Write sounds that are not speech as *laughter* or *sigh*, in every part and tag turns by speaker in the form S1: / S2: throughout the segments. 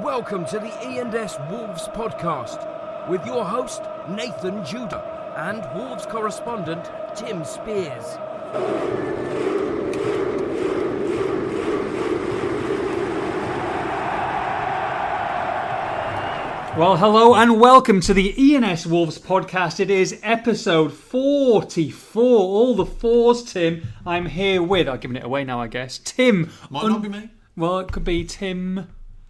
S1: Welcome to the E&S Wolves podcast with your host Nathan Judah and Wolves correspondent Tim Spears.
S2: Well, hello and welcome to the ENS Wolves podcast. It is episode 44. All the fours, Tim. I'm here with, I've given it away now, I guess. Tim.
S3: Might
S2: un-
S3: not be me. *laughs*
S2: Well, it could be Tim.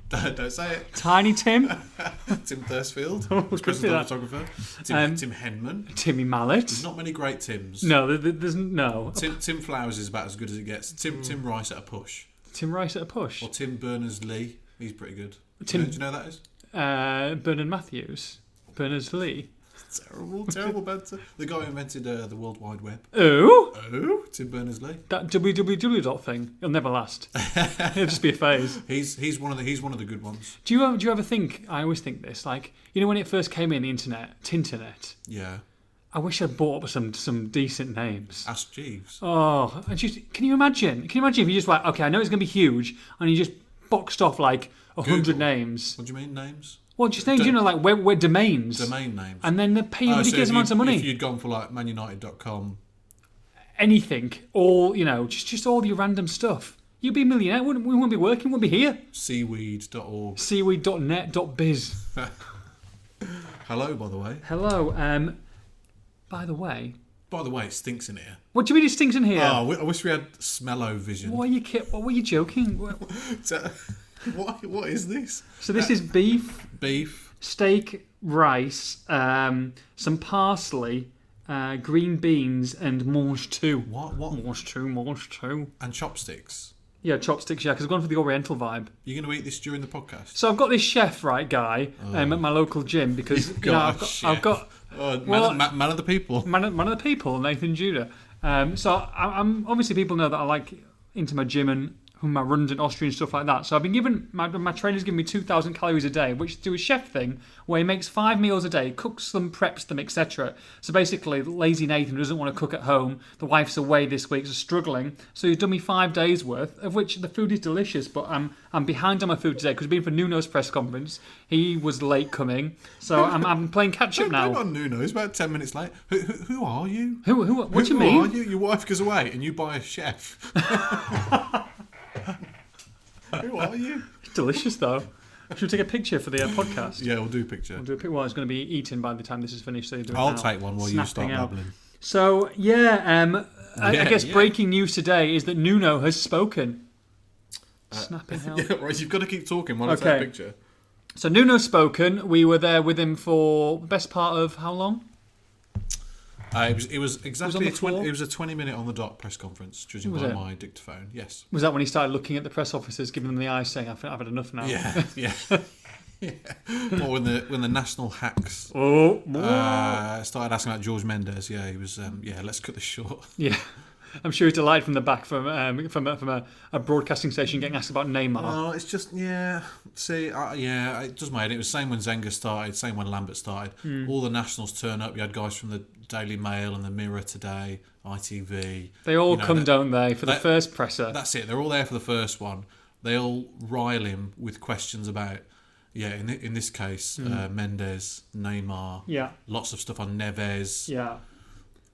S3: Don't say it.
S2: Tiny
S3: *laughs*
S2: Tim.
S3: Tim
S2: *laughs*
S3: Thursfield,
S2: could be
S3: professional
S2: that.
S3: photographer. Tim,
S2: Um,
S3: Tim Henman.
S2: Timmy Mallet.
S3: There's not many great Tims.
S2: No, there- there- there's no.
S3: Tim, Tim Flowers is about as good as it gets.
S2: Hmm.
S3: Tim Tim Rice at a push.
S2: Tim Rice at a push.
S3: Or Tim Berners Lee. He's pretty good.
S2: Tim-
S3: Do you know who that is?
S2: Uh, Bernard Matthews. Bernard Lee.
S3: Terrible,
S2: *laughs*
S3: terrible banter. The guy who invented uh, the World Wide Web.
S2: Oh,
S3: Oh, Tim Berners Lee.
S2: that www dot thing. It'll never
S3: *laughs*
S2: last. It'll just be a phase.
S3: He's he's one of the he's one of the good ones.
S2: Do you, ever- do you ever think, I always think this, like, you know when it first came in, the internet, Tinternet?
S3: Yeah.
S2: I wish I'd bought up some some decent names.
S3: Ask Jeeves.
S2: Oh, and just can you imagine? Can you imagine if you just like, okay, I know it's going to be huge, and you just boxed off like a hundred
S3: Google.
S2: names.
S3: What do you mean names?
S2: Well, just names, you know, like where, where domains,
S3: Domain names.
S2: and then they pay you
S3: Oh, so
S2: ridiculous
S3: if
S2: amounts
S3: you'd-
S2: of
S3: If
S2: money.
S3: you'd gone for like manunited.com,
S2: Anything, all you know, just just all your random stuff. You'd be a millionaire. Wouldn't, we wouldn't be working. Wouldn't be here.
S3: seaweed.org.
S2: Seaweed.net.biz.
S3: Hello, by the way.
S2: Hello. Um, by the way,
S3: By the way, it stinks in here.
S2: what do you mean it's stinks in here?
S3: Oh, I wish we had smello vision.
S2: What are you kid? What were you joking? What-
S3: *laughs* what, what is this?
S2: So this is beef.
S3: Beef.
S2: steak, rice, um, some parsley, uh, green beans, and mange tout.
S3: What? What?
S2: Mange tout, mange tout.
S3: And chopsticks.
S2: Yeah, chopsticks, yeah, because I've gone for the Oriental vibe.
S3: You're going to eat this during the podcast?
S2: So I've got this chef, right, guy, um, at my local gym because you know,
S3: got
S2: I've,
S3: a
S2: got,
S3: Oh. chef.
S2: I've got
S3: Oh, man,
S2: Well-
S3: of- ma- man of the
S2: *laughs*
S3: people.
S2: man, of- man of the people, Nathan Judah. Um, so I, I'm obviously people know that I like into my gym and my runs and Austrian stuff like that. So I've been given my my trainer's given me 2,000 calories a day, which do a chef thing where he makes five meals a day, cooks them, preps them, etc. So basically, lazy Nathan doesn't want to cook at home. The wife's away this week, so struggling. So he's done me five days worth, of which the food is delicious, but I'm I'm behind on my food today because being for Nuno's press conference, he was late coming. So I'm, I'm playing catch up
S3: Hang
S2: now.
S3: on, Nuno. It's about 10 minutes late. Who, who, who are you?
S2: Who, who, what do you
S3: who
S2: mean?
S3: are you? Your wife goes away and you buy a chef. *laughs* who are you?
S2: Delicious though. Should we take a picture for the uh, podcast?
S3: Yeah, we'll do a picture.
S2: Do a pic- Well, it's going to be eaten by the time this is finished. So you do it
S3: I'll
S2: now.
S3: take one while you
S2: Snapping
S3: start
S2: out.
S3: babbling.
S2: So yeah, um, I, I
S3: Yeah,
S2: guess
S3: yeah.
S2: breaking news today is that Nuno has spoken. Snapping out.
S3: Uh, *laughs* Yeah, right. You've got to keep talking while I
S2: Okay.
S3: take a picture.
S2: So Nuno's spoken. We were there with him for the best part of how long?
S3: Uh, it was it was exactly
S2: the
S3: a 20,
S2: floor?
S3: it was a twenty minute on the dot press conference, judging
S2: Was
S3: by
S2: it?
S3: my dictaphone. Yes.
S2: Was that when he started looking at the press officers, giving them the eye, saying, "I've, I've had enough now."
S3: *laughs* Yeah, yeah. yeah. Or when the when the national hacks
S2: Oh.
S3: uh, started asking about George Mendes, yeah, he was um, yeah. Let's cut this short.
S2: *laughs* Yeah. I'm sure he's delighted from the back from um, from, a, from a, a broadcasting station getting asked about Neymar.
S3: Oh, it's just yeah. See, uh, yeah, it does matter. It was same when Zenga started, same when Lambert started. All the nationals turn up. You had guys from the Daily Mail and the Mirror today, ITV.
S2: they all
S3: you know,
S2: come,
S3: that-
S2: don't they, for the
S3: that-
S2: first presser?
S3: That's it. They're all there for the first one. They all rile him with questions about, yeah, in, thi- in this case, uh, Mendes, Neymar,
S2: Hmm. Yeah.
S3: lots of stuff on Neves,
S2: Yeah.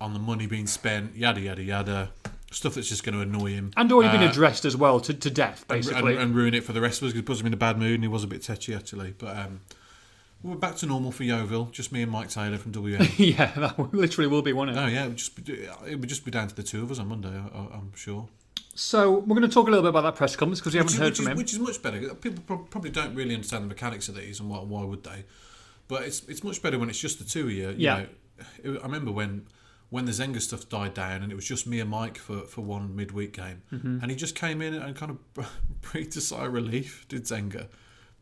S3: on the money being spent, yada, yada, yada. Stuff that's just going to annoy him.
S2: And already been
S3: Uh,
S2: addressed as well to, to death,
S3: and,
S2: basically.
S3: and ruin it for the rest of us 'cause it puts him in a bad mood and he was a bit tetchy, actually. But um, we're back to normal for Yeovil. Just me and Mike Taylor from WM.
S2: *laughs* *laughs* yeah, that will- literally will be, won't it?
S3: oh, yeah, it would, just be, it would just be down to the two of us on Monday, I, I- I'm sure.
S2: So we're going to talk a little bit about that press conference because we haven't
S3: Uh, which,
S2: heard
S3: is-
S2: from him.
S3: which is, Which is much better. People prob- probably don't really understand the mechanics of these, and why, why would they? But it's it's much better when it's just the two of you. you
S2: Yeah.
S3: know. It- I remember when when the Zenga stuff died down, and it was just me and Mike for, for one midweek game,
S2: Mm-hmm.
S3: and he just came in and kind of *laughs* breathed a sigh of relief. Did Zenga?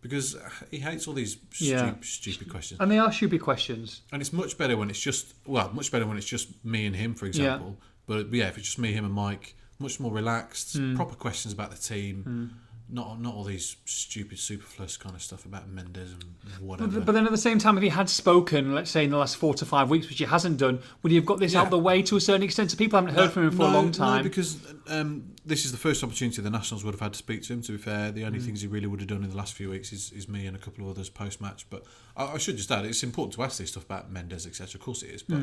S3: Because he hates all these stu-
S2: Yeah.
S3: stupid questions,
S2: And they are stupid questions.
S3: and it's much better when it's just well, much better when it's just me and him, for example.
S2: Hmm.
S3: But yeah, if it's just me, him, and Mike, much more relaxed, proper questions about the team. Not not all these stupid superfluous kind of stuff about Mendes and whatever.
S2: But, th- but then at the same time, if he had spoken, let's say in the last four to five weeks, which he hasn't done, would he have got this
S3: Yeah. Uh,
S2: out the way to a certain extent? So people haven't heard from him for
S3: no,
S2: a long
S3: no,
S2: time.
S3: because um, this is the first opportunity the Nationals would have had to speak to him. To be fair, the
S2: Hmm.
S3: only things he really would have done in the last few weeks is, is me and a couple of others post match. But I, I should just add, it's important to ask this stuff about Mendes, etc. Of course it is,
S2: Hmm.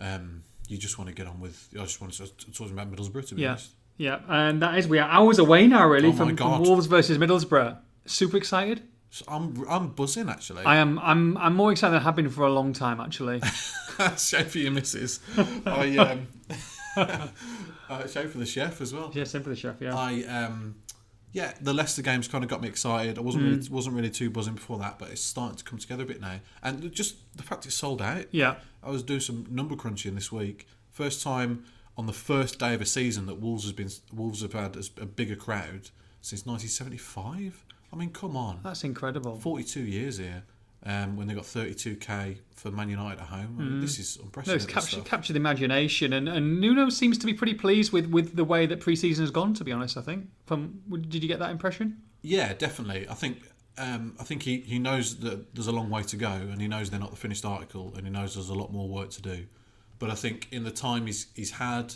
S3: but um, you just want to get on with. I just want to talk to him about Middlesbrough. To be
S2: yeah,
S3: honest,
S2: yeah, and that is we are hours away now, really,
S3: Oh my
S2: from, from
S3: God.
S2: Wolves versus Middlesbrough. Super excited.
S3: so I'm I'm buzzing actually. *laughs*
S2: I am. I'm. I'm more excited than I have been for a long time, actually. *laughs*
S3: shame for your missus. I um, *laughs* uh, shame for the chef as well.
S2: yeah, same for the chef. Yeah.
S3: I um, yeah, the Leicester games kind of got me excited. I wasn't
S2: Mm.
S3: really, wasn't really too buzzing before that, but it's starting to come together a bit now. And just the fact it's sold out.
S2: yeah.
S3: I was doing some number crunching this week. First time on the first day of a season that Wolves has been Wolves have had as a bigger crowd since 1975. I mean, come on.
S2: That's incredible.
S3: 42 years here um, when they got 32k for Man United at home. I mean, This is
S2: Mm. No, it's
S3: unprecedented.
S2: capture,
S3: stuff.
S2: capture the imagination, and, and Nuno seems to be pretty pleased with, with the way that preseason has gone. To be honest, I think. From did you get that impression?
S3: Yeah, definitely. I think um, I think he, he knows that there's a long way to go, and he knows they're not the finished article, and he knows there's a lot more work to do. But I think in the time he's he's had,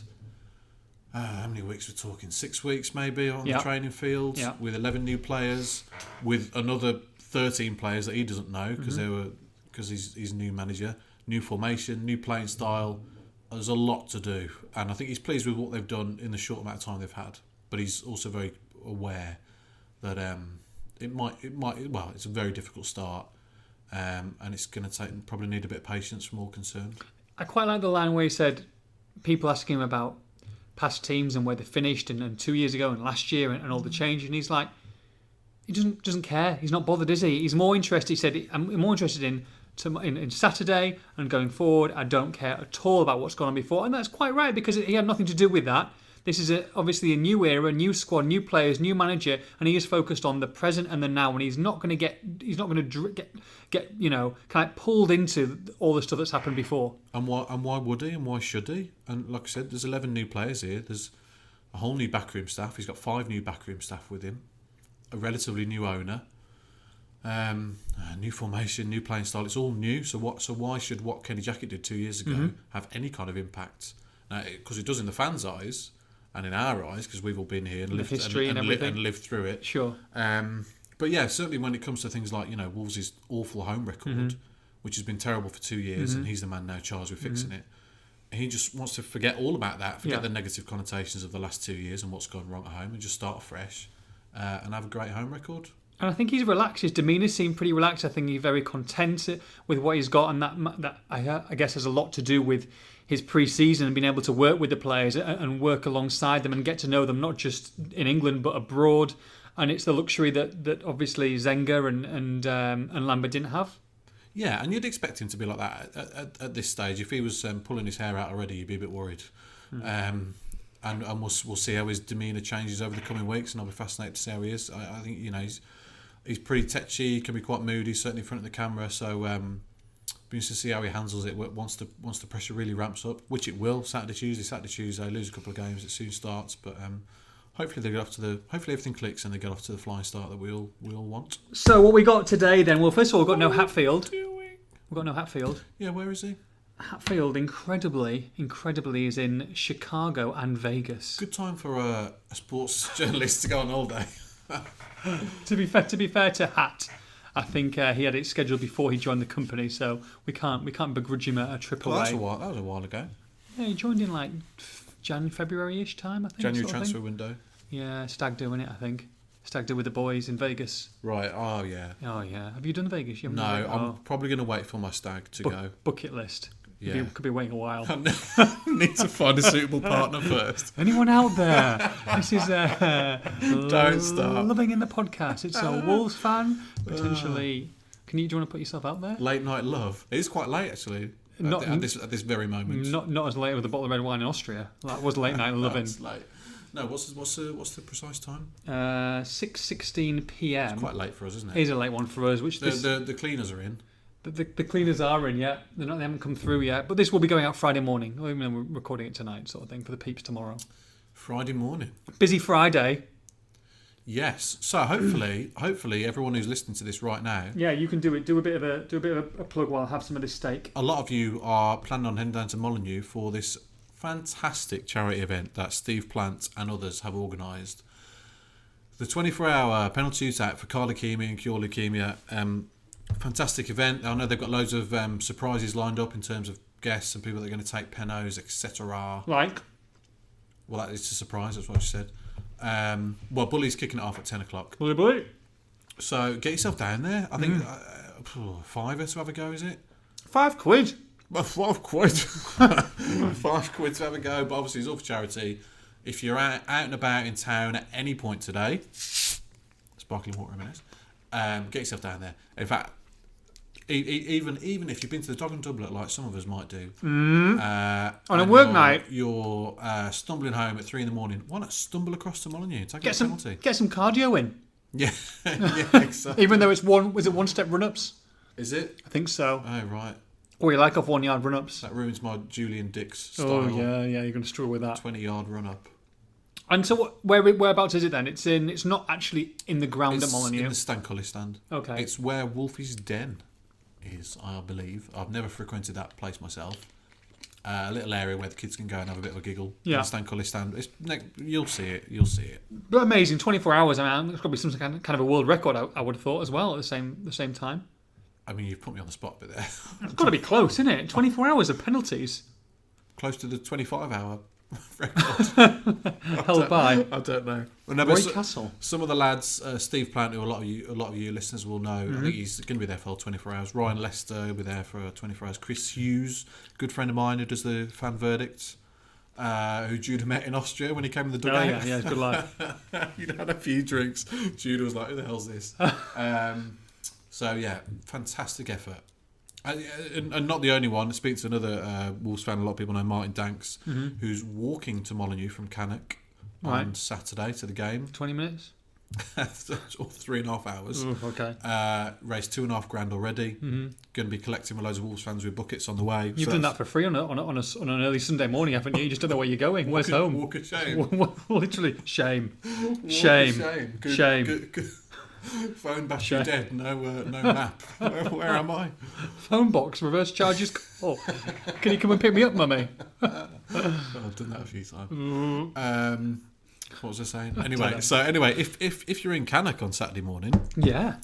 S3: uh, how many weeks we're talking? Six weeks maybe on
S2: Yeah.
S3: the training field
S2: Yeah.
S3: with 11 new players, with another 13 players that he doesn't know because they were because he's he's new manager, new formation, new playing style. There's a lot to do, and I think he's pleased with what they've done in the short amount of time they've had. But he's also very aware that um, it might it might well it's a very difficult start, um, and it's going to take probably need a bit of patience from all concerned.
S2: I quite like the line where he said, people asking him about past teams and where they finished, and, and two years ago and last year and, and all the change, and he's like, he doesn't doesn't care. He's not bothered, is he? He's more interested. He said, I'm more interested in. tom- In, in Saturday and going forward, I don't care at all about what's gone on before, and that's quite right because he had nothing to do with that. This is a, obviously a new era, new squad, new players, new manager, and he is focused on the present and the now. And he's not going to get, he's not going to dr- get, get, you know, kind of pulled into all the stuff that's happened before.
S3: And why and why would he and why should he? And like I said, there's 11 new players here. There's a whole new backroom staff. He's got five new backroom staff with him. A relatively new owner. Um, a new formation, new playing style. It's all new. So what? So why should what Kenny Jackett did two years ago
S2: Mm-hmm.
S3: have any kind of impact? Because it does in the fans' eyes and in our eyes, because we've all been here and lived
S2: history and
S3: li-
S2: everything.
S3: and lived through it.
S2: Sure.
S3: Um, but yeah, certainly when it comes to things like you know Wolves' awful home record, which has been terrible for two years, and he's the man now charged with fixing it. He just wants to forget all about that, forget
S2: Yeah.
S3: the negative connotations of the last two years and what's gone wrong at home, and just start fresh uh, and have a great home record.
S2: And I think he's relaxed. His demeanour seemed pretty relaxed. I think he's very content with what he's got, and that that I, I guess has a lot to do with his pre-season and being able to work with the players a- and work alongside them and get to know them, not just in England but abroad. And it's the luxury that, that obviously Zenga and and um, and Lambert didn't have.
S3: Yeah, and you'd expect him to be like that at, at, at this stage. If he was um, pulling his hair out already, you'd be a bit worried. Um, and and we'll, we'll see how his demeanour changes over the coming weeks, and I'll be fascinated to see how he is. I, I think you know he's he's pretty tetchy, he can be quite moody, certainly in front of the camera. So um, be interested to see how he handles it wh- once the once the pressure really ramps up, which it will. Saturday, Tuesday, Saturday, Tuesday, lose a couple of games, it soon starts, but. Um, Hopefully they get off to the. Hopefully everything clicks and they get off to the flying start that we all we all want.
S2: So what we got today then? Well, first of all, we've got no Hatfield. We've got no Hatfield.
S3: Yeah, where is he?
S2: Hatfield, incredibly, incredibly, is in Chicago and Vegas.
S3: Good time for a, a sports *laughs* journalist to go on holiday.
S2: to be fair, to be fair to Hat, I think uh, he had it scheduled before he joined the company, so we can't we can't begrudge him a, a trip
S3: Well, Oh, that's
S2: away.
S3: a while, that was a while ago.
S2: Yeah, he joined in like f- Jan February ish time, I think.
S3: January
S2: sort of
S3: transfer
S2: thing.
S3: window.
S2: Yeah, stag doing it, I think. Stag do with the boys in Vegas.
S3: Right. Oh yeah.
S2: Oh yeah, have you done Vegas? You haven't
S3: No,
S2: done Vegas?
S3: I'm
S2: Oh,
S3: probably going to wait for my stag to
S2: bu-
S3: go. *laughs*
S2: bucket list. Could
S3: Yeah.
S2: be, could be waiting a
S3: *laughs*
S2: while.
S3: Need to find a suitable partner first.
S2: Anyone out there? This is uh,
S3: *laughs* Don't Uh. start.
S2: Loving in the podcast. It's
S3: *laughs*
S2: a Wolves fan potentially. Can you do you want to put yourself out there?
S3: Late night love. It is quite late actually. At,
S2: Not-
S3: the- at this at this very moment.
S2: Not not as late with a bottle of red wine in Austria. That was late *laughs* night loving.
S3: It's late. No. What's what's the what's the precise time?
S2: Uh, six sixteen p.m.
S3: Quite late for us, isn't it?
S2: Mm. is a late one for us, which
S3: The,
S2: this, the,
S3: the the cleaners are in.
S2: the, the cleaners are in yet. They're not, they haven't come through yet. But this will be going out Friday morning. Well, Even though we're recording it tonight, sort of thing for the peeps tomorrow.
S3: Friday morning.
S2: Busy Friday.
S3: Yes. So hopefully, hopefully everyone who's listening to this right now,
S2: Yeah, you can do it. Do a bit of a do a bit of a, a plug while I have some of this steak.
S3: a lot of you are planning on heading down to Molyneux for this fantastic charity event that Steve Plant and others have organised. The 24 hour penalty shootout for car leukemia and cure leukemia. Um, fantastic event. I know they've got loads of um, surprises lined up in terms of guests and people that are going to take penos, etc.
S2: Like,
S3: Well, that is a surprise, that's what she said. Um, well, Bully's kicking it off at 10 o'clock.
S2: bully bully.
S3: So get yourself down there. I think uh, phew, five to have a go, is it?
S2: Five quid.
S3: Well, five quid. *laughs* five quid to have a go, but obviously it's all for charity. If you're out, out and about in town at any point today, sparkling water in a minute, um, get yourself down there. In fact, e- e- even even if you've been to the Dog and Doublet, like some of us might do, uh,
S2: Mm-hmm. On a
S3: and
S2: work
S3: you're-
S2: night.
S3: you're uh, stumbling home at three in the morning. Why not stumble across to Molyneux? Take
S2: Get
S3: a
S2: some
S3: penalty. *laughs*
S2: get some cardio in. *laughs*
S3: Yeah, yeah, exactly.
S2: Even though it's one was it one step run ups?
S3: Is it?
S2: I think so.
S3: Oh right,
S2: Or you like off one yard run ups.
S3: that ruins my Julian Dix style.
S2: Oh yeah, yeah, you're gonna struggle with that.
S3: Twenty yard run up.
S2: And so what, where whereabouts is it then? It's in it's not actually in the ground at
S3: It's in
S2: Molyneux.
S3: the Stancolly stand.
S2: Okay.
S3: It's where Wolfie's Den is, I believe. I've never frequented that place myself. Uh, a little area where the kids can go and have a bit of a giggle.
S2: Yeah.
S3: The Stancolly stand. It's ne- you'll see it. You'll see it.
S2: But amazing, 24 hours. I mean, it's got to be some kind of, kind of a world record. I, I would have thought as well at the same the same time.
S3: I mean, you've put me on the spot a bit there. *laughs*
S2: It's got to be close, isn't it? 24 hours of penalties
S3: Close to the 25 hour record. uh,
S2: held
S3: *laughs*
S2: by
S3: I don't know. Well, no, but
S2: Oh, Roy
S3: so-
S2: Castle.
S3: Some of the lads, uh, Steve Plant, who a lot of you, a lot of you listeners will know,
S2: Mm-hmm.
S3: I think he's going to be there for 24 hours. Ryan Lester will be there for 24 hours. Chris Hughes, good friend of mine who does the fan verdicts, uh, who Judah met in Austria when he came in the
S2: Oh
S3: dugout. *laughs*
S2: yeah, yeah, good *laughs* life.
S3: He'd had a few drinks. Judah was like, "Who the
S2: *laughs*
S3: hell's this?" um, so yeah, fantastic effort. And, and- and not the only one. Speak to another uh, Wolves fan. A lot of people know Martin Danks, who's walking to Molyneux from Cannock on
S2: Mm-hmm. Right.
S3: Saturday to the game.
S2: 20 minutes.
S3: *laughs* or three and a half hours.
S2: Ooh, okay.
S3: Uh, raised two and a half grand already. Going to be collecting with loads of Wolves fans with buckets on the way.
S2: Mm-hmm. You've
S3: So
S2: done that
S3: *laughs* that's-
S2: for free on a, on, a, on, a s on an early Sunday morning, haven't you? You just don't know where you're going. Where's home?
S3: Walk of shame.
S2: *laughs* Literally,
S3: *laughs*
S2: shame.
S3: Walk of
S2: Shame.
S3: Shame. Good-
S2: Shame.
S3: good- good- *laughs* Phone bash you dead. No, uh,
S2: *laughs*
S3: no map. where, where am I?
S2: Phone box, reverse charges *laughs* call. Can you come and pick me up, mummy?
S3: Oh, I've done that a few times.
S2: Mm-hmm.
S3: Um, what was
S2: *laughs*
S3: I saying? Anyway, so anyway, if if, if you're in Cannock on Saturday morning,
S2: Yeah.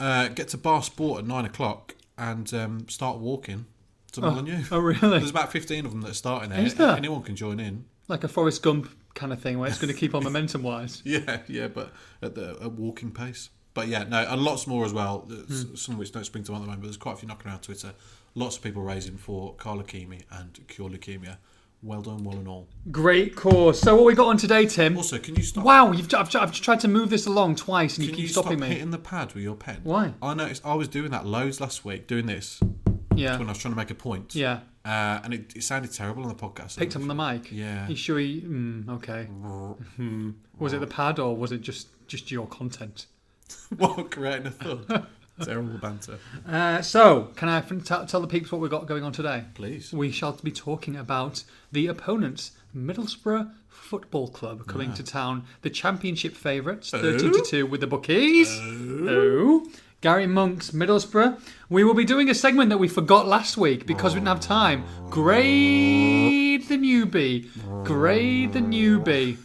S3: uh, get to Bar Sport at nine o'clock and um, start walking to Molyneux.
S2: Oh, really?
S3: There's about 15 of them that are starting there.
S2: Is there?
S3: Anyone can join in.
S2: Like a Forrest Gump kind of thing where it's going to keep
S3: *laughs*
S2: on momentum wise.
S3: Yeah, yeah, but at the at walking pace. But yeah, no, and lots more as well. s-
S2: Hmm.
S3: Some of which don't spring to mind at the moment, but there's quite a few knocking around Twitter. Lots of people raising for car leukemia and cure leukemia. Well done, one and all.
S2: Great course. So, what we got on today, Tim?
S3: Also, can you stop?
S2: Wow, you've, I've, I've tried to move this along twice and
S3: Can
S2: you keep
S3: you
S2: stopping
S3: stop
S2: me.
S3: hitting the pad with your pen?
S2: Why?
S3: I noticed I was doing that loads last week, doing this when
S2: Yeah.
S3: I was trying to make a point.
S2: Yeah.
S3: Uh, and it, it sounded terrible on the podcast.
S2: Picked up on the mic.
S3: Yeah. Mm-hmm.
S2: You sure he. Mm, okay. Was it the pad or was it just, just your content?
S3: *laughs* While creating
S2: *laughs*
S3: a thud. terrible banter.
S2: Uh, so, can I fin- t- tell the peeps what we've got going on today?
S3: Please. *laughs*
S2: We shall be talking about the opponents, Middlesbrough Football Club, coming to town. The championship favourites, 13 to 2 with the bookies. Oh. Gary Monk's Middlesbrough. We will be doing a segment that we forgot last week because we didn't have time. Grade the newbie. Grade the newbie.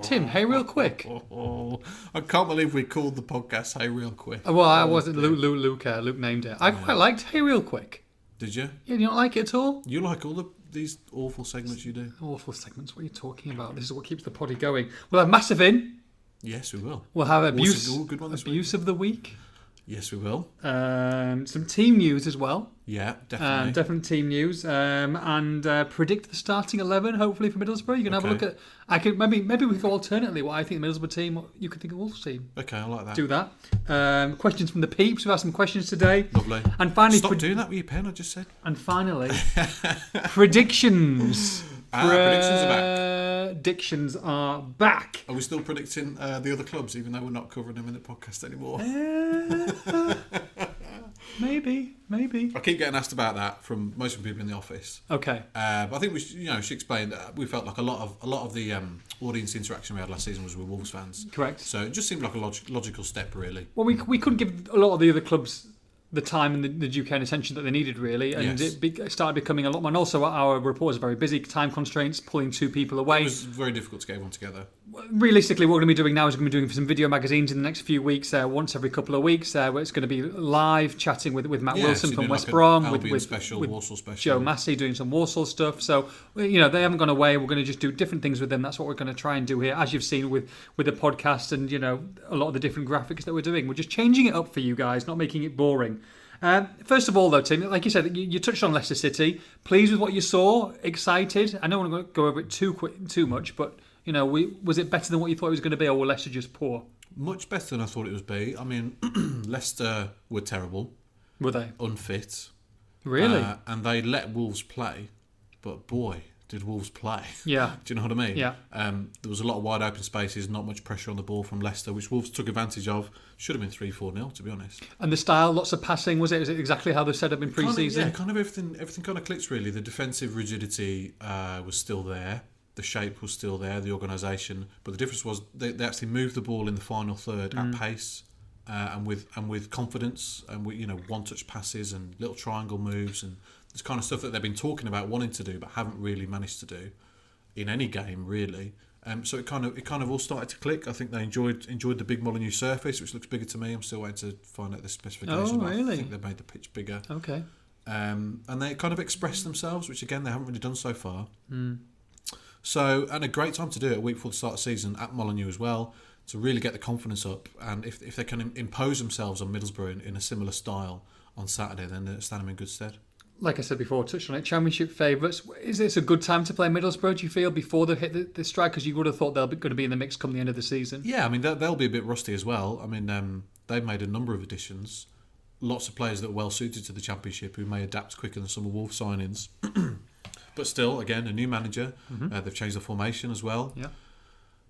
S2: Tim, hey, real quick.
S3: Oh, I can't believe we called the podcast Hey Real Quick.
S2: Well, I wasn't. Luke, Luke, Luke, uh, Luke named it. I quite liked Hey, real quick.
S3: Did you?
S2: Yeah, you don't like it at all?
S3: You like all the these awful segments you do?
S2: Awful segments. What are you talking about? This is what keeps the poddy going. We'll have massive in.
S3: Yes, we will.
S2: We'll have
S3: a
S2: abuse.
S3: good- good one this week.
S2: abuse of the week.
S3: Yes, we will.
S2: Um, some team news as well.
S3: Yeah,
S2: Um,
S3: definitely.
S2: definite team news. Um, and uh, predict the starting eleven. Hopefully for Middlesbrough, you can have a look
S3: Okay.
S2: at. I could maybe maybe we could go alternately. What I think the Middlesbrough team. What you could think of Wolves team.
S3: okay, I like that.
S2: Do that. Um, questions from the peeps. We've had some questions today.
S3: Lovely.
S2: And finally,
S3: Stop
S2: pred-
S3: doing that with your pen. I just said.
S2: and
S3: *laughs*
S2: finally, predictions.
S3: Ah, predictions are back.
S2: Predictions are back.
S3: Are we still predicting uh, the other clubs, even though we're not covering them in the podcast anymore?
S2: Uh, Maybe, maybe.
S3: I keep getting asked about that from most of the people in the office.
S2: Okay.
S3: Uh, but I think we, should, you know, she explained that we felt like a lot of a lot of the um, audience interaction we had last season was with Wolves fans.
S2: Correct.
S3: So it just seemed like a log- logical step, really.
S2: Well, we, we couldn't give a lot of the other clubs the time and the, the UK and attention that they needed, really. And
S3: Yes.
S2: it be, started becoming a lot more. And also, our reporters are very busy, time constraints, pulling two people away.
S3: It was very difficult to get everyone together.
S2: Realistically, what we're going to be doing now is we're going to be doing some video magazines in the next few weeks, uh, once every couple of weeks, uh, where it's going to be live chatting with, with Matt
S3: Yeah,
S2: Wilson
S3: so
S2: from
S3: doing
S2: West
S3: like a
S2: Brom, with,
S3: Albion
S2: with,
S3: special,
S2: with
S3: Walsall special.
S2: Joe Massey doing some Warsaw stuff. So you know they haven't gone away. We're going to just do different things with them. That's what we're going to try and do here, as you've seen with with the podcast and you know a lot of the different graphics that we're doing. We're just changing it up for you guys, not making it boring. Um, first of all, though, Tim, like you said, you, you touched on Leicester City. Pleased with what you saw. Excited. I don't want to go over it too quick, too much, but you know, we, was it better than what you thought it was going to be, or were Leicester just poor?
S3: Much better than I thought it would be. I mean, *clears throat* Leicester were terrible,
S2: Were they
S3: unfit,
S2: really?
S3: uh, and they let Wolves play. But boy, did Wolves play!
S2: *laughs* yeah.
S3: Do you know what I mean?
S2: Yeah.
S3: Um, there was a lot of wide open spaces, not much pressure on the ball from Leicester, which Wolves took advantage of. Should have been three four 0 to be honest.
S2: And the style, lots of passing. Was it? Is it exactly how they set up in pre-season?
S3: Kind of, yeah, kind of everything. Everything kind of clicks really. The defensive rigidity uh, was still there. The shape was still there. The organisation, but the difference was they, they actually moved the ball in the final third
S2: Mm.
S3: at pace. Uh, and with and with confidence, and with you know one touch passes and little triangle moves and this kind of stuff that they've been talking about wanting to do but haven't really managed to do in any game really. Um, so it kind of it kind of all started to click. I think they enjoyed enjoyed the big Molyneux surface, which looks bigger to me. I'm still waiting to find out the specification.
S2: Oh,
S3: but I
S2: really?
S3: think they made the pitch bigger
S2: Okay.
S3: um, and they kind of express themselves, which again they haven't really done so far. So, and a great time to do it a week before the start of the season at Molyneux as well to really get the confidence up. And if, if they can im- impose themselves on Middlesbrough in, in a similar style on Saturday, then they stand them in good stead.
S2: like I said before, touched on it. Championship favourites. Is this a good time to play Middlesbrough? Do you feel before they hit the, the strike? Because you would have thought they're going to be in the mix come the end of the season.
S3: Yeah, I mean they'll, they'll be a bit rusty as well. I mean um, they've made a number of additions, lots of players that are well suited to the championship who may adapt quicker than some of Wolves signings. *clears throat* but still, again, a new manager. Uh, they've changed the formation as well.
S2: Yeah.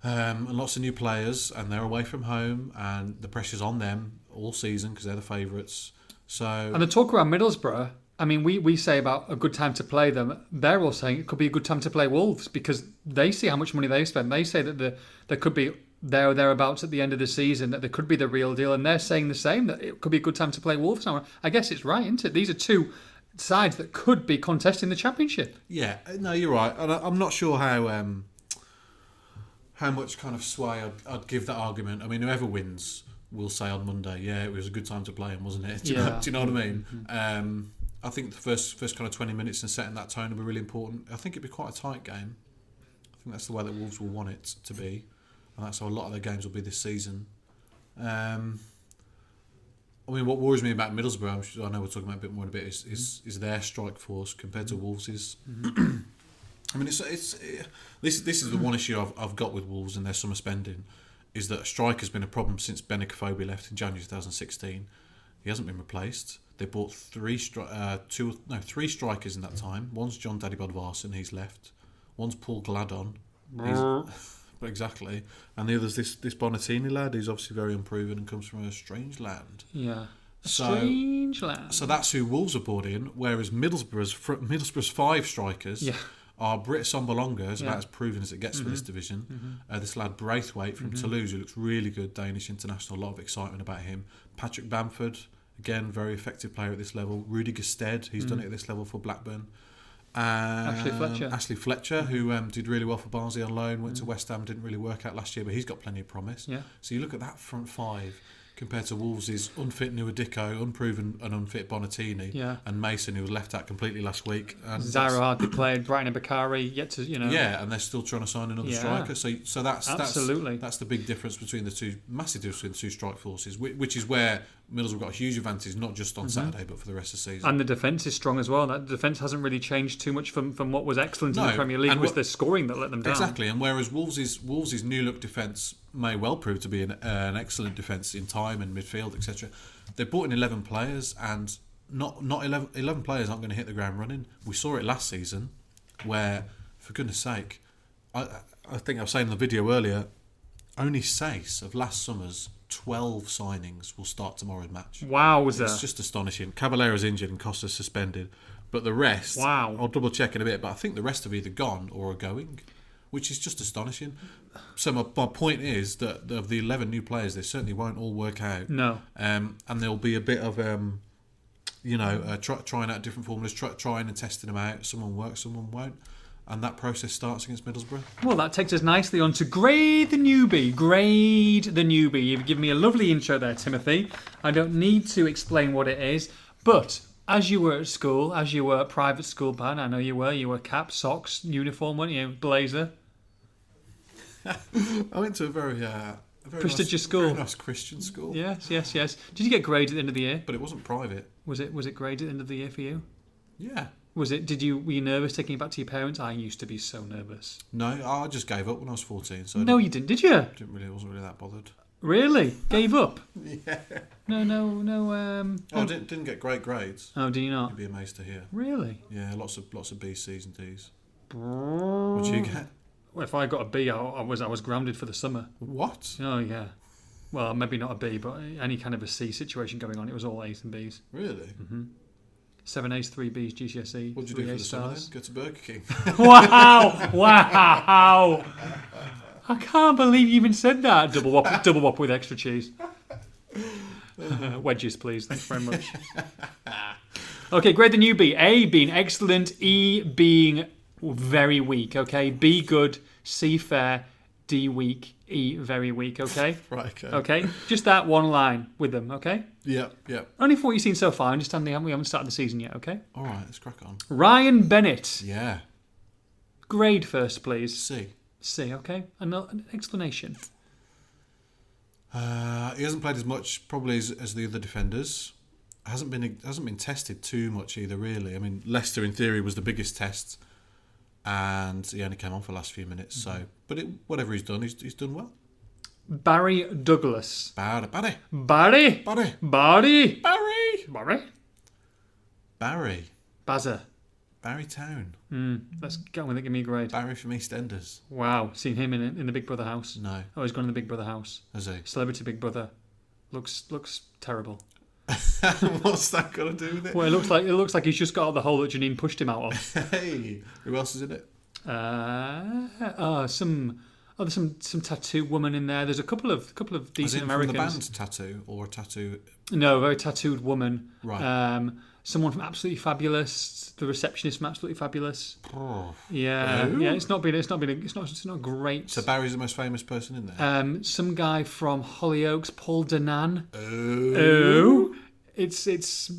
S3: Um, and lots of new players, and they're away from home, and the pressure's on them all season because they're the favourites. So
S2: And the talk around Middlesbrough. I mean, we, we say about a good time to play them. They're all saying it could be a good time to play Wolves because they see how much money they spend. They say that the there could be there or thereabouts at the end of the season that there could be the real deal, and they're saying the same that it could be a good time to play Wolves now. I guess it's right, isn't it? These are two sides that could be contesting the championship.
S3: yeah, uh, no, you're right, and I, I'm not sure how um, how much kind of sway I'd, I'd give that argument. I mean, whoever wins will say on Monday, yeah, it was a good time to play him, wasn't it? *laughs* Do, you, know,
S2: Yeah.
S3: do you know what I mean? Um, I think the first first kind of 20 minutes and setting that tone will be really important. I think it'd be quite a tight game. I think that's the way that Wolves will want it to be, and that's how a lot of their games will be this season. Um, I mean, what worries me about Middlesbrough, I'm sure, I know we're talking about a bit more in a bit, is, is, is their strike force compared to Wolves'. I mean, it's it's eh, this this is the one issue I've, I've got with Wolves and their summer spending is that a strike has been a problem since Benikofobi left in January 2016. He hasn't been replaced. They bought three stri- uh, two no three strikers in that time. One's John Daddy Bodvarson, he's left. One's Paul Gladon, he's, *laughs* exactly, and the other's this this Bonatini lad, who's obviously very unproven and comes from a strange land.
S2: Yeah.
S3: So-
S2: Strange land.
S3: So that's who Wolves are brought in, whereas Middlesbrough's fr- Middlesbrough's five strikers
S2: Yeah.
S3: are Britt Sombolonga, who's
S2: Yeah. Mm-hmm.
S3: about as proven as it gets for this division. Uh, this lad Braithwaite from Toulouse, who looks really good, Danish international, a lot of excitement about him. Patrick Bamford, again, very effective player at this level. Rudy Gestead, he's done it at this level for Blackburn. Um, Ashley
S2: Mm. Fletcher. Mm-hmm.
S3: Ashley Fletcher, who um, did really well for Barnsley on loan, went to West Ham, didn't really work out last year, but he's got plenty of promise.
S2: Yeah.
S3: So you look at that front five compared to Wolves' unfit Nuadico, unproven and unfit Bonatini,
S2: Yeah.
S3: and Mason, who was left out completely last week. And
S2: Zaira hardly played. Brighton and Bakari yet to you know.
S3: Yeah, and they're still trying to sign another
S2: Yeah.
S3: striker. So, so that's
S2: Absolutely.
S3: that's that's the big difference between the two massive difference between the two strike forces, which, which is where Middlesbrough got a huge advantage, not just on
S2: Mm-hmm.
S3: Saturday but for the rest of the season.
S2: And the defence is strong as well. That defence hasn't really changed too much from, from what was excellent in
S3: No,
S2: the Premier League,
S3: and
S2: was
S3: what-
S2: the scoring that let them down.
S3: Exactly, and whereas Wolves' Wolves' new look defence may well prove to be an, uh, an excellent defence in time and midfield, etc. They brought in eleven players, and not not 11, 11 players aren't going to hit the ground running. We saw it last season, where for goodness sake, I I think I was saying in the video earlier, only Sace of last summer's 12 signings will start tomorrow's match.
S2: Wow, was
S3: It's
S2: that?
S3: just astonishing. Caballero's injured and Costa's suspended, but the rest.
S2: Wow.
S3: I'll double check in a bit, but I think the rest have either gone or are going, which is just astonishing. So my, my point is that of the eleven new players, they certainly won't all work out.
S2: No.
S3: Um, and there'll be a bit of um, you know, uh, try, trying out different formulas, try, trying and testing them out. Someone works, someone won't, and that process starts against Middlesbrough.
S2: Well, that takes us nicely on to grade the newbie. Grade the newbie. You've given me a lovely intro there, Timothy. I don't need to explain what it is, but as you were at school, as you were at private school, Pan, I know you were. You were cap, socks, uniform, weren't you? Blazer.
S3: I went to a very, uh, a very
S2: Prestigious
S3: nice,
S2: school.
S3: very nice Christian school.
S2: Yes, yes, yes. Did you get grades at the end of the year?
S3: But it wasn't private.
S2: Was it was it grades at the end of the year for you?
S3: Yeah.
S2: Was it? Did you were you nervous taking it back to your parents? I used to be so nervous.
S3: No, I just gave up when I was fourteen. So I
S2: No, you didn't, did you?
S3: Didn't really, wasn't really that bothered.
S2: Really? Gave up? Yeah. No, no, no. Um.
S3: Oh, I didn't, didn't get great grades.
S2: Oh, do you not?
S3: You'd be amazed to hear.
S2: Really?
S3: Yeah, lots of lots of B's, C's, and D's. What'd you get?
S2: Well, if I got a B, I, I was I was grounded for the summer.
S3: What?
S2: Oh yeah. Well, maybe not a B, but any kind of a C situation going on. It was all A's and B's.
S3: Really?
S2: Seven A's, three B's, GCSE,
S3: What'd
S2: Mm-hmm. E, three
S3: you do for
S2: A
S3: the summer then?
S2: stars.
S3: Go to Burger King. *laughs*
S2: Wow! Wow! I can't believe you even said that. Double whop, double whop with extra cheese. *laughs* Wedges, please. Thanks very much. Okay, grade the newbie. A being excellent, E being very weak. Okay, B good, C fair, D weak, E very weak. Okay,
S3: right, okay.
S2: okay, just that one line with them. Okay,
S3: Yep, yep.
S2: only for what you've seen so far. I understand they haven't, we haven't started the season yet. Okay,
S3: All right, let's crack on.
S2: Ryan Bennett.
S3: Yeah.
S2: Grade first, please.
S3: C.
S2: C. Okay, an, an explanation.
S3: Uh, he hasn't played as much probably as, as the other defenders. hasn't been hasn't been tested too much either. Really, I mean Leicester in theory was the biggest test, and he only came on for the last few minutes. So, but it, whatever he's done, he's, he's done well.
S2: Barry Douglas.
S3: Barry, Barry,
S2: Barry.
S3: Barry,
S2: Barry.
S3: Barry,
S2: Barry.
S3: Barry,
S2: Bazza.
S3: Barry Town,
S2: Let's get on with it. Give me a grade.
S3: Barry from EastEnders.
S2: Wow, seen him in in the Big Brother house.
S3: No,
S2: Oh, he's gone in the Big Brother house.
S3: has he?
S2: Celebrity Big Brother. Looks looks terrible.
S3: What's that got to do with it?
S2: Well, it looks like it looks like he's just got out of the hole that Janine pushed him out
S3: *laughs*
S2: of.
S3: Hey, who else is in it?
S2: Uh, uh some oh, there's some some tattoo woman in there. There's a couple of couple of
S3: Is
S2: decent
S3: it from the
S2: Americans.
S3: band tattoo or a tattoo?
S2: No, a very tattooed woman.
S3: Right.
S2: Um, someone from Absolutely Fabulous. The receptionist from Absolutely Fabulous.
S3: Oh.
S2: Yeah,
S3: Hello?
S2: yeah. It's not been. It's not been. a- It's not. It's not great.
S3: So Barry's the most famous person in there.
S2: um, some guy from Hollyoaks, Paul Danan.
S3: oh,
S2: Oh, it's it's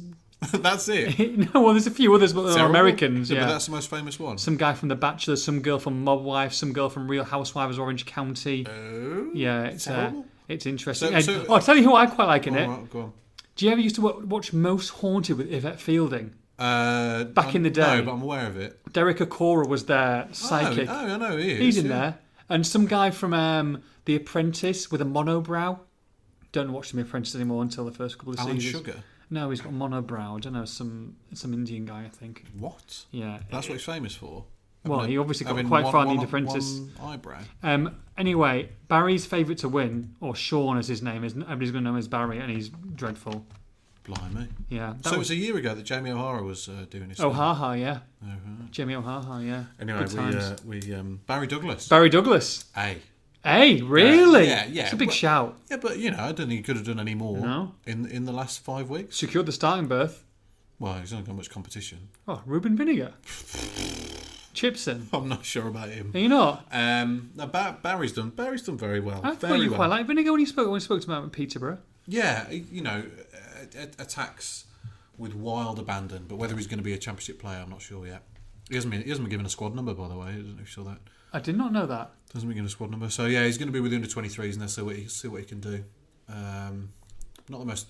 S2: *laughs*
S3: *laughs* that's it.
S2: no. Well, there's a few others, but they're
S3: Terrible.
S2: Americans.
S3: Yeah,
S2: Yeah.
S3: but that's the most famous one.
S2: some guy from The Bachelor, some girl from Mob Wife, some girl from Real Housewives Orange County.
S3: Oh.
S2: yeah, it's uh,
S3: terrible.
S2: it's interesting.
S3: So-
S2: And-
S3: so-
S2: oh, I'll tell you who I quite like in
S3: All
S2: it.
S3: right, go on.
S2: Do you ever used to wa- watch Most Haunted with Yvette Fielding?
S3: Uh,
S2: Back
S3: I'm-
S2: in the day.
S3: No, but I'm aware of it.
S2: Derek Okora was their psychic.
S3: Oh, oh, I know he is.
S2: He's in
S3: yeah.
S2: there. And some guy from um, The Apprentice with a monobrow. Don't watch The Apprentice anymore until the first couple of
S3: Alan
S2: seasons.
S3: Oh, Sugar.
S2: No, he's got a monobrow. I don't know, some some Indian guy, I think.
S3: What?
S2: Yeah.
S3: That's what he's famous for.
S2: Well,
S3: Having a-
S2: he obviously got
S3: having
S2: quite
S3: one-
S2: far in
S3: one-
S2: The Apprentice.
S3: one eyebrow.
S2: Um, anyway, Barry's favourite to win, or Sean as his name is. Everybody's going to know him as Barry, and he's dreadful.
S3: Blimey.
S2: Yeah. That
S3: so
S2: was
S3: it was a year ago that Jamie O'Hara was uh, doing his. thing.
S2: O'Haha, yeah. Jimmy O'Haha, yeah.
S3: Anyway,
S2: Good
S3: we,
S2: times.
S3: uh, we um, Barry Douglas.
S2: Barry Douglas.
S3: Hey.
S2: Hey, really?
S3: yeah, yeah.
S2: It's a big
S3: Well-
S2: shout.
S3: Yeah, but you know, I don't think he could have done any more
S2: No.
S3: in in the last five weeks.
S2: Secured the starting berth.
S3: Well, he's not got much competition. *laughs*
S2: Oh, Ruben Vinegar. Chipson.
S3: I'm not sure about him.
S2: Are you not?
S3: Um, no, Ba- Barry's done. Barry's done very well.
S2: I thought
S3: very
S2: you
S3: well.
S2: quite liked Vinegar when you spoke when you spoke to him about Peterborough.
S3: yeah, you know, a- a- attacks with wild abandon. But whether he's going to be a championship player, I'm not sure yet. He hasn't been. He hasn't been given a squad number, by the way. I don't know if you saw that.
S2: I did not know that.
S3: Hasn't been given a squad number. So yeah, he's going to be with the under 23s, and they'll see what he see what he can do. Um, not the most.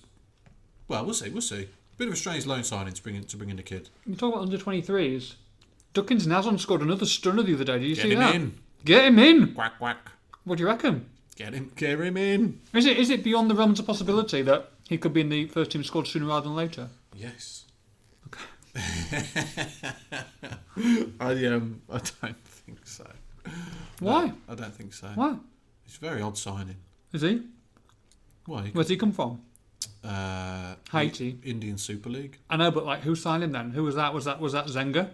S3: Well, we'll see. We'll see. Bit of a strange loan signing to bring in to bring in a kid.
S2: You talk about under 23s. Duckins Nazon scored another stunner the other day. Did you
S3: Get
S2: see
S3: him
S2: that?
S3: in.
S2: Get him in.
S3: Quack quack.
S2: What do you reckon?
S3: Get him. Get him in.
S2: Is it is it beyond the realms of possibility that he could be in the first team squad sooner rather than later?
S3: Yes. *laughs* I um I don't think so.
S2: Why?
S3: I don't think so.
S2: Why
S3: It's a very odd signing.
S2: is he?
S3: Why?
S2: Where's he come from?
S3: Uh,
S2: Haiti.
S3: Indian Super League.
S2: I know, but like, who signed him then? Who was that? Was that was that Zenga?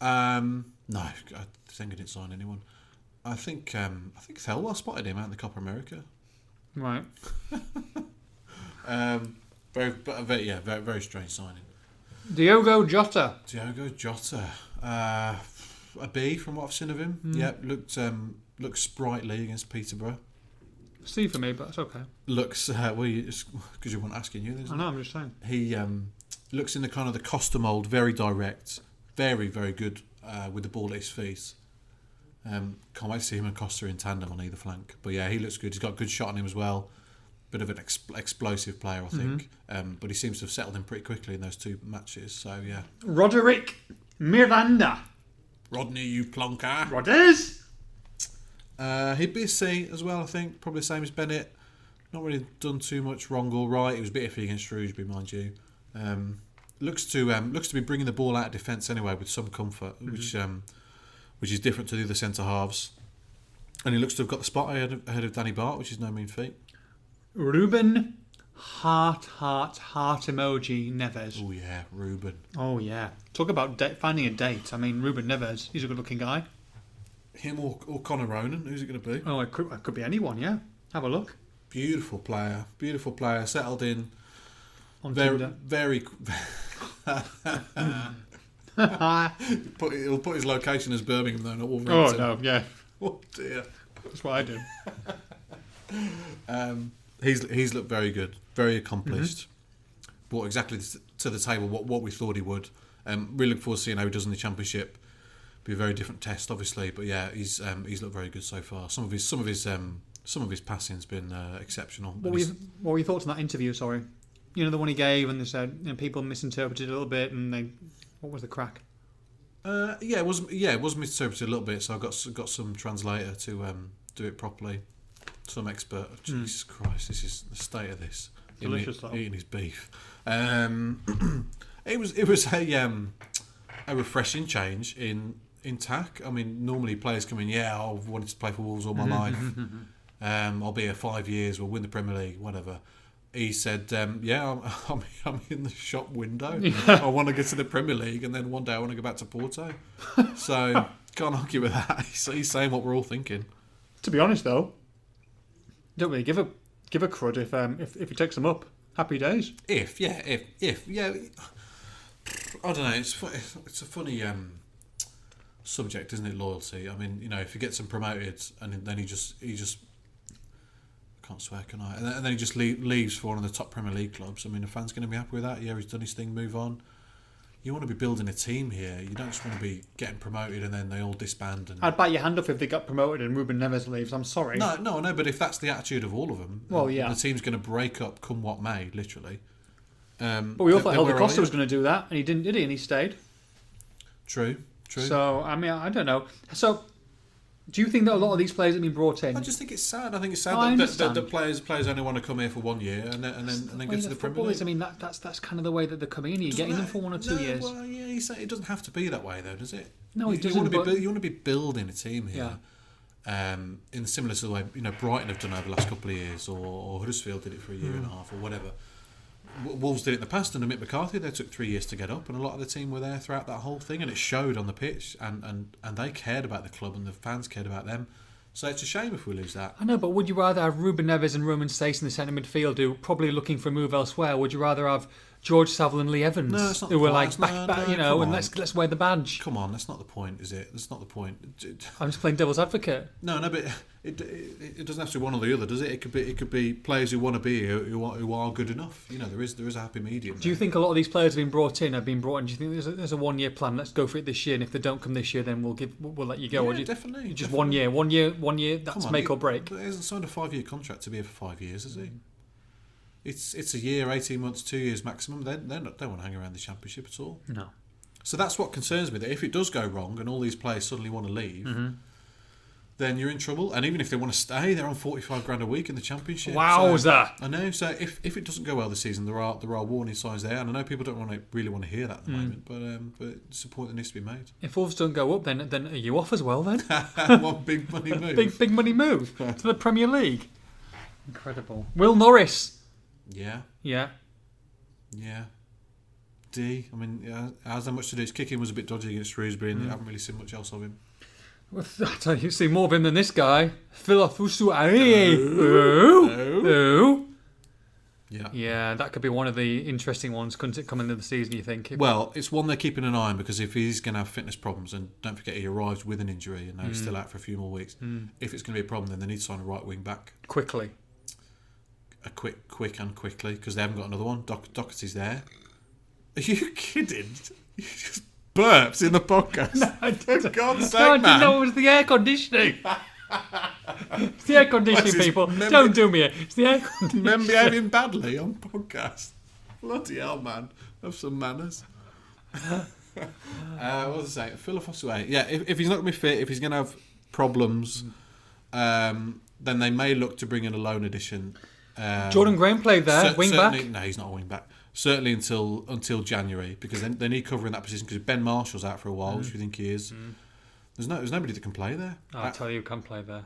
S3: Um, no, I think I didn't sign anyone. I think um, I think Thelwell spotted him out in the Copper America.
S2: Right.
S3: Um, very, but, but yeah, very, very strange signing.
S2: Diogo Jota.
S3: Diogo Jota, uh, a B from what I've seen of him. Yep, looked um, looked sprightly against Peterborough.
S2: C for me, but it's okay.
S3: Looks uh, well, because you weren't asking you. This.
S2: I know. I'm just saying.
S3: He um, looks in the kind of the Costa mold, very direct, very very good uh, with the ball at his feet. Um, can't wait to see him and Costa in tandem on either flank. But yeah, he looks good. He's got a good shot on him as well. Bit of an ex- explosive player, I think. Um, but he seems to have settled in pretty quickly in those two matches. So yeah,
S2: Roderick Miranda.
S3: Rodney, you plonker.
S2: Rodders.
S3: Uh, he'd be a C as well, I think. Probably the same as Bennett. Not really done too much wrong or right. It was a bit iffy against Shrewsbury, mind you. Um, looks to um, looks to be bringing the ball out of defence anyway with some comfort, which um, which is different to the other centre halves. And he looks to have got the spot ahead of, ahead of Danny Bart, which is no mean feat.
S2: Ruben. Heart, heart, heart emoji. Neves.
S3: Oh yeah, Ruben.
S2: Oh yeah. Talk about da- finding a date. I mean, Ruben Neves. He's a good-looking guy.
S3: Him or, or Connor Ronan? Who's it going to be?
S2: Oh, it could, it could be anyone. Yeah. Have a look
S3: Beautiful player, beautiful player. Settled in.
S2: on
S3: Very,
S2: *laughs* Tinder.
S3: very. *laughs* Put, he'll put his location as Birmingham though, not
S2: oh *laughs*
S3: Wolverhampton.
S2: no. Yeah.
S3: *laughs* Oh dear.
S2: That's what I do.
S3: Um, he's he's looked very good, very accomplished. Brought exactly to the table what, what we thought he would. Um, really look forward to seeing how he does in the championship. Be a very different test, obviously, but yeah, he's um, he's looked very good so far. Some of his some of his um, some of his passing's been uh, exceptional.
S2: What
S3: And
S2: were,
S3: he's-
S2: your, what were your thoughts on that interview? Sorry, you know the one he gave, and they said you know, people misinterpreted it a little bit, and they, what was the crack?
S3: Uh, yeah, it was yeah, it was misinterpreted a little bit, so I got got some translator to um, do it properly. Some expert. Jesus Christ, this is the state of this. Eating-
S2: Delicious, though.
S3: eating his beef. Um, *clears throat* it was it was a um, a refreshing change in in tack. I mean, normally players come in, yeah, I've wanted to play for Wolves all my life. Um, I'll be here five years. We'll win the Premier League, whatever. He said, um, "Yeah, I'm, *laughs* I'm, I'm in the shop window. I want to get to the Premier League, and then one day I want to go back to Porto." So can't argue with that. *laughs* He's, he's saying what we're all thinking.
S2: To be honest, though, don't really give a give a crud if um, if if he takes them up. Happy days.
S3: If yeah, if if yeah, I don't know. It's fu- it's a funny um, subject, isn't it? Loyalty. I mean, you know, if he gets him promoted, and then he just he just I can't swear, can I? And then, and then he just lea- leaves for one of the top Premier League clubs. I mean, the fans going to be happy with that. Yeah, he's done his thing. Move on. You want to be building a team here. You don't just want to be getting promoted and then they all disband. And
S2: I'd bat your hand off if they got promoted and Ruben Neves leaves. I'm sorry.
S3: no, no, no. But if that's the attitude of all of them,
S2: Well, yeah.
S3: the team's going to break up, come what may, literally. Um,
S2: but we all
S3: then-
S2: thought
S3: then where
S2: Helder
S3: are
S2: Costa
S3: you?
S2: was going to do that, and he didn't, did he? And he stayed.
S3: True, true.
S2: So I mean, I don't know. So, do you think that a lot of these players have been brought in?
S3: I just think it's sad. I think it's sad
S2: No, I
S3: that, that, that,
S2: understand.
S3: that players players only want to come here for one year and then and then, and then
S2: Well,
S3: get to the Premier
S2: football
S3: League.
S2: is, I mean, that, that's that's kind of the way that they're coming in. You're getting them for one or two
S3: no,
S2: years.
S3: Well, yeah, you say it doesn't have to be that way though, does it?
S2: No, it
S3: you, You
S2: doesn't,
S3: want, to be,
S2: but-
S3: bu- you want to be building a team here, um, in similar to the way you know Brighton have done over the last couple of years, or, or Huddersfield did it for a year and
S2: Hmm.
S3: a half, or whatever. W- Wolves did it in the past under Mick McCarthy. They took three years to get up, and a lot of the team were there throughout that whole thing, and it showed on the pitch. And, and, and they cared about the club, and the fans cared about them. So it's a shame if we lose that.
S2: I know, but would you rather have Ruben Neves and Roman Stace in the centre midfield who are probably looking for a move elsewhere? Would you rather have George Savile and Lee Evans
S3: No, it's not
S2: who were
S3: quite-
S2: like
S3: it's
S2: back,
S3: not-
S2: back,
S3: no,
S2: you know,
S3: come
S2: and
S3: on.
S2: let's let's wear the badge?
S3: Come on, that's not the point, is it? That's not the point. D- d-
S2: I'm just playing devil's advocate.
S3: No, no, but it, it, it doesn't have to be one or the other, does it? It could be it could be players who want to be here who are, who are good enough. You know, there is there is a happy medium.
S2: Do you
S3: there.
S2: think a lot of these players have been brought in? Have been brought in? Do you think there's a, there's a one year plan? Let's go for it this year, and if they don't come this year, then we'll give we'll, we'll let you go.
S3: Yeah,
S2: Or do you-
S3: definitely,
S2: Just
S3: definitely.
S2: one year, one year, one year.
S3: Come
S2: That's
S3: on,
S2: make
S3: he-
S2: or break.
S3: But he hasn't signed a five year contract to be here for five years, has he? It's it's a year, eighteen months, two years maximum. They they don't want to hang around the championship at all.
S2: No.
S3: So that's what concerns me. That if it does go wrong and all these players suddenly want to leave,
S2: Mm-hmm.
S3: then you're in trouble. And even if they want to stay, they're on forty five grand a week in the championship. So-
S2: Wowza!
S3: I know. So if, if it doesn't go well this season, there are there are warning signs there, and I know people don't want to really want to hear that at the moment. But um, but it's a point that needs to be made. *laughs*
S2: If Wolves don't go up, then then are you off as well? Then
S3: One big money move.
S2: big big money move to the Premier League. Incredible. Will Norris.
S3: Yeah,
S2: Yeah. *laughs*
S3: yeah. D. I mean, yeah, has that much to do? His kicking was a bit dodgy against Shrewsbury, and I haven't really seen much else of him.
S2: Well, I tell you, you see more of him than this guy. Philofusu Aye. Ooh. Ooh.
S3: Yeah.
S2: Yeah, that could be one of the interesting ones, couldn't it, coming into the season, you think?
S3: Well, it's one they're keeping an eye on because if he's going to have fitness problems, and don't forget he arrives with an injury and now he's still out for a few more weeks, if it's going to be a problem, then they need to sign a right wing back
S2: Quickly.
S3: a quick, quick and quickly because they haven't got another one. Doc- Doherty's there. Are you *laughs* kidding? You just burps in the podcast. *laughs*
S2: I didn't,
S3: God's
S2: no, I didn't
S3: sake,
S2: know it
S3: *laughs* man!
S2: was the air
S3: *laughs*
S2: conditioning. it's the air conditioning,
S3: What's his
S2: people.
S3: memory-
S2: Don't do me. It's the air conditioning.
S3: Men behaving badly on podcast. Bloody hell, man! Have some manners. uh, what was I saying? Philophosuay. Yeah, if, if he's not going to be fit, if he's going to have problems,
S2: Mm.
S3: um, then they may look to bring in a loan addition. Um,
S2: Jordan Graham played there,
S3: Cer-
S2: wing
S3: certainly-
S2: back.
S3: No, he's not a wing back. Certainly until until January because then they need cover in that position because Ben Marshall's out for a while,
S2: Mm.
S3: which we think he is. There's no, there's nobody that can play there.
S2: I'll tell you, who can play there.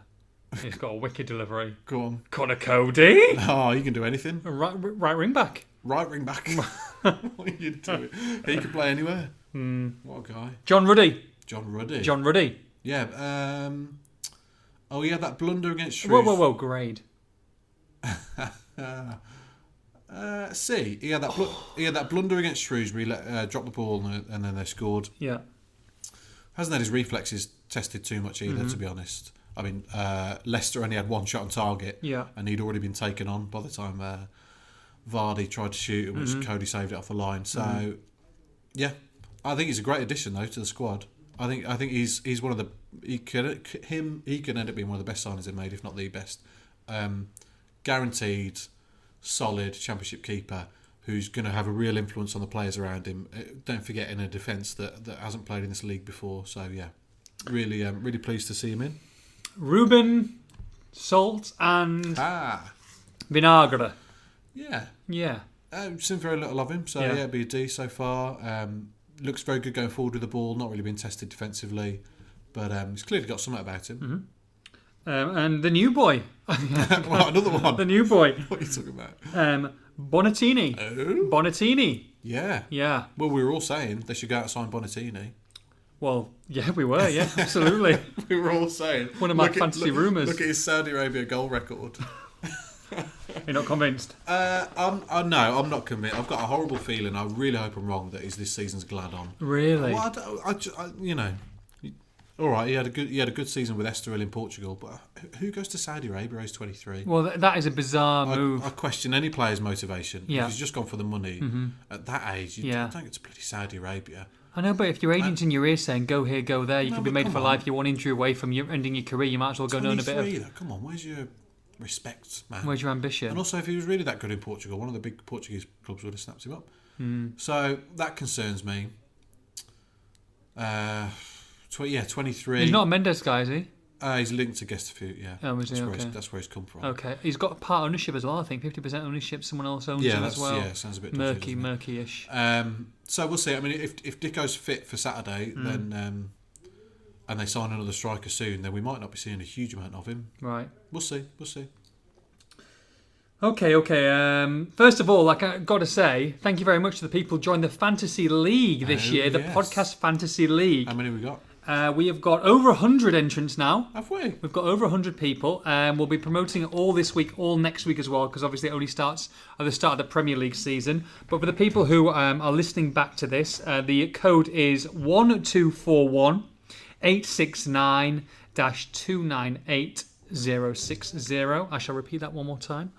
S2: He's got a wicked delivery.
S3: Go on. *laughs*
S2: Connor Cody.
S3: Oh, you can do anything.
S2: A Right, right ring back.
S3: Right
S2: *laughs*
S3: wing back. *laughs* what you do? He can play anywhere. What a guy.
S2: John Ruddy.
S3: John Ruddy.
S2: Hmm. John Ruddy.
S3: Yeah. Um, oh, he had that blunder against Shrews.
S2: Whoa, whoa, whoa, grade.
S3: Uh, see, he had that blu- he had that blunder against Shrewsbury. Let, uh, dropped the ball and, and then they scored.
S2: Yeah.
S3: hasn't had his reflexes tested too much either, to be honest. I mean, uh, Leicester only had one shot on target,
S2: Yeah.
S3: and he'd already been taken on by the time uh, Vardy tried to shoot, and which Cody saved it off the line. So, yeah, I think he's a great addition though to the squad. I think I think he's he's one of the he could him he could end up being one of the best signings they made, if not the best. Um, guaranteed, solid championship keeper who's going to have a real influence on the players around him. Uh, Don't forget in a defence that, that hasn't played in this league before. So yeah, really um, really pleased to see him in.
S2: Ruben, Salt, and
S3: Ah,
S2: Vinagre.
S3: yeah.
S2: Yeah.
S3: Um, seen very little of him, so
S2: Yeah.
S3: yeah, it'd be a D so far. Um, looks very good going forward with the ball. Not really been tested defensively, but um, he's clearly got something about him.
S2: Um, and the new boy. *laughs*
S3: *laughs* well, another one.
S2: Mm-hmm. The new boy.
S3: what are you talking about?
S2: Um, Bonatini.
S3: Oh,
S2: Bonatini.
S3: yeah.
S2: Yeah.
S3: Well, we were all saying they should go out and sign Bonatini. *laughs*
S2: Well, *laughs* yeah, we were. Yeah, absolutely.
S3: We were all saying
S2: One of my fantasy
S3: look,
S2: rumours.
S3: Look at his Saudi Arabia goal record.
S2: You're not convinced?
S3: Uh, I'm, I no, I'm not convinced. I've got a horrible feeling. I really hope I'm wrong that he's this season's glad on.
S2: Really?
S3: Well, I don't- I ju- I- you know, all right. He had a good he had a good season with Estoril in Portugal, but who- who goes to Saudi Arabia? He's 23.
S2: Well, th- that is a bizarre move.
S3: I, I question any player's motivation.
S2: Yeah. Mm-hmm.
S3: If he's just gone for the money at that age, you
S2: Yeah.
S3: don't get to bloody Saudi Arabia.
S2: I know, but if your agent's in your ear saying "go here, go there," you
S3: No,
S2: could be
S3: but
S2: made
S3: come
S2: for
S3: on.
S2: life. You're one injury away from your, ending your career. You might as well go and earn a bit
S3: 23,
S2: of.
S3: though, Come on, where's your respect, man?
S2: Where's your ambition?
S3: And also, if he was really that good in Portugal, one of the big Portuguese clubs would have snapped him up.
S2: Mm.
S3: So that concerns me. Uh, tw- yeah, 23.
S2: He's not a Mendes guy, is he?
S3: uh, he's linked to Gestafu, yeah.
S2: Oh, is he?
S3: that's, where
S2: Okay.
S3: he's, that's where he's come from.
S2: Okay, he's got part ownership as well. I think fifty percent ownership. Someone else owns
S3: Yeah,
S2: him
S3: that's,
S2: as well.
S3: yeah, sounds a bit
S2: murky,
S3: dodgy, doesn't it?
S2: murky-ish.
S3: Um, so we'll see. I mean, if if Dicko's fit for Saturday,
S2: Mm.
S3: then um, and they sign another striker soon, then we might not be seeing a huge amount of him.
S2: Right.
S3: We'll see. We'll see.
S2: Okay, okay. Um, first of all, like I gotta say, thank you very much to the people who joined the Fantasy League this
S3: Oh,
S2: year, the
S3: yes.
S2: Podcast Fantasy League.
S3: How many we got?
S2: Uh, we have got over 100 entrants now.
S3: Have we?
S2: We've got over 100 people, and we'll be promoting it all this week, all next week as well, because obviously it only starts at the start of the Premier League season. But for the people who um, are listening back to this, uh, the code is 1241 869 298060. I shall repeat that one more time.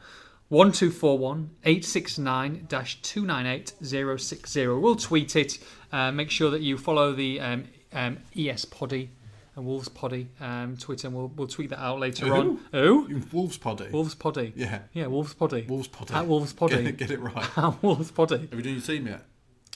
S2: 1241 869 298060. We'll tweet it. Uh, make sure that you follow the um, um, ES Poddy and Wolves Poddy um, Twitter, and we'll, we'll tweet that out later on. Oh,
S3: Wolves poddy.
S2: Wolves Poddy.
S3: Yeah.
S2: Yeah, Wolves Poddy.
S3: Wolves poddy.
S2: At Wolves
S3: *laughs* Get
S2: Poddy.
S3: it- *laughs* Get,
S2: *laughs*
S3: it right. Have
S2: At Wolves Poddy.
S3: you done your team yet?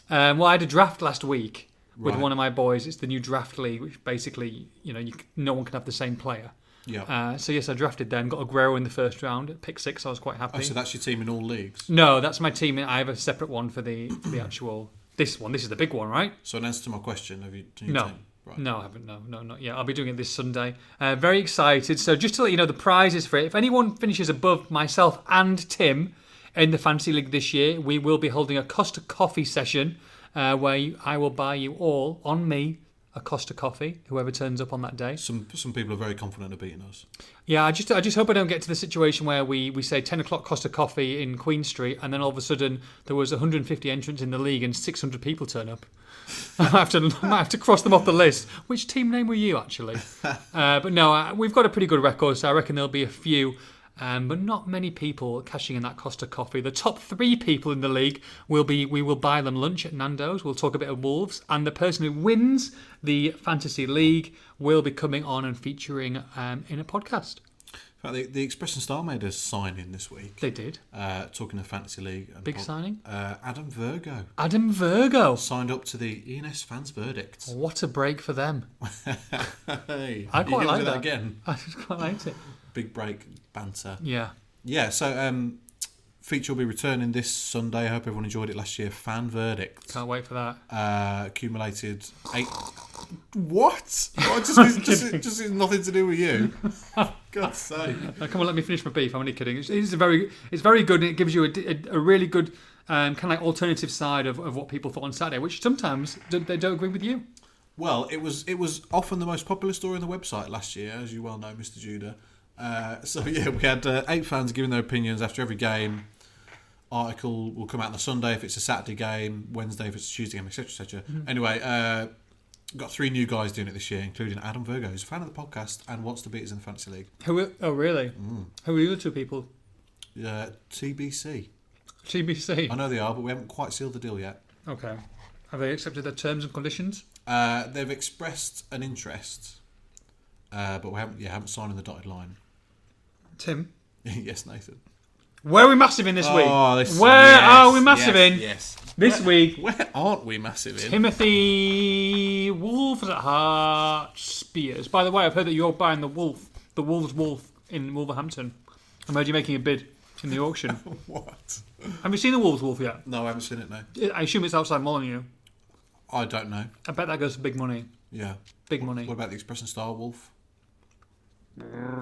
S2: Um, well, I had a draft last week with
S3: Right.
S2: one of my boys. It's the new draft league, which basically, you know, you, c- no one can have the same player.
S3: Yeah.
S2: Uh, so yes, I drafted them. Got Aguero in the first round, at pick six. I was quite happy.
S3: oh, so that's your team in all leagues.
S2: No, that's my team. I have a separate one for the for the actual this one. This is the big one, right?
S3: So in answer to my question, have you done your
S2: No, Mm.
S3: team? right?
S2: No, I haven't. No, no, not yet. I'll be doing it this Sunday. Uh, very excited. So, just to let you know, the prizes for it. If anyone finishes above myself and Tim in the Fantasy League this year, we will be holding a Costa Coffee session uh, where you, I will buy you all on me a Costa Coffee. Whoever turns up on that day.
S3: Some some people are very confident of beating us.
S2: Yeah, I just I just hope I don't get to the situation where we, we say ten o'clock cost a coffee in Queen Street, and then all of a sudden there was 150 entrants in the league and 600 people turn up. *laughs* I might have to *laughs* I might have to cross them off the list. Which team name were you actually? Uh, but no, I, we've got a pretty good record, so I reckon there'll be a few. Um, but not many people cashing in that Costa coffee. The top three people in the league will be we will buy them lunch at Nando's. We'll talk a bit of Wolves, and the person who wins the fantasy league will be coming on and featuring um, in a podcast.
S3: In fact, the, the Express and Star made a sign in this week,
S2: They did
S3: uh, talking of fantasy league. And
S2: big
S3: pub-
S2: signing.
S3: Uh, Adam Virgo
S2: Adam Virgo.
S3: signed up to the ENS fans verdict.
S2: What a break for them. *laughs*
S3: *laughs* hey,
S2: Oh. I
S3: you're
S2: quite
S3: gonna
S2: like
S3: do
S2: that.
S3: again.
S2: I just quite liked it.
S3: Big break banter.
S2: Yeah.
S3: Yeah, so um, feature will be returning this Sunday. I hope everyone enjoyed it last year. Fan verdict
S2: Can't wait for that.
S3: uh, accumulated eight. What? Oh, it just, it's, just, it just it's nothing to do
S2: *laughs*
S3: with you. God's sake.
S2: Now, come on, let me finish my beef. I'm only kidding. It's, it's a very, it's very good, and it gives you a, di- a, a really good um, kind of like alternative side of, of what people thought on Saturday, which sometimes do, they don't agree with you.
S3: Well, it was it was often the most popular story on the website last year, as you well know, Mr. Judah. Uh, so *laughs* yeah, we had uh, eight fans giving their opinions after every game. Article will come out on the Sunday if it's a Saturday game, Wednesday if it's a Tuesday game, etc. etc. Anyway, uh, got three new guys doing it this year, including Adam Virgo, who's a fan of the podcast and wants to beat us in the fantasy league.
S2: Who? are- Oh, really?
S3: Mm.
S2: Who are the other two people?
S3: Uh, TBC, I
S2: TBC.
S3: know they are, but we haven't quite sealed the deal yet.
S2: Okay. Have they accepted their terms and conditions?
S3: Uh, they've expressed an interest, uh, but we haven't yeah haven't signed on the dotted line. *laughs*
S2: Tim,
S3: yes, Nathan.
S2: where are we massive in this
S3: Oh,
S2: week?
S3: this-
S2: Where
S3: yes,
S2: are we massive
S3: yes,
S2: in
S3: Yes.
S2: this week?
S3: Where aren't we massive in?
S2: Timothy Wolves at Heart Spears. By the way, I've heard that you're buying the wolf, the Wolves wolf in Wolverhampton. I heard you're making a bid in the auction.
S3: What?
S2: Have you seen the Wolves wolf yet?
S3: No, I haven't seen it. No,
S2: I assume it's outside Molyneux.
S3: I don't know.
S2: I bet that goes for big money.
S3: Yeah.
S2: Big money.
S3: What about the Express and Star Wolf? *laughs*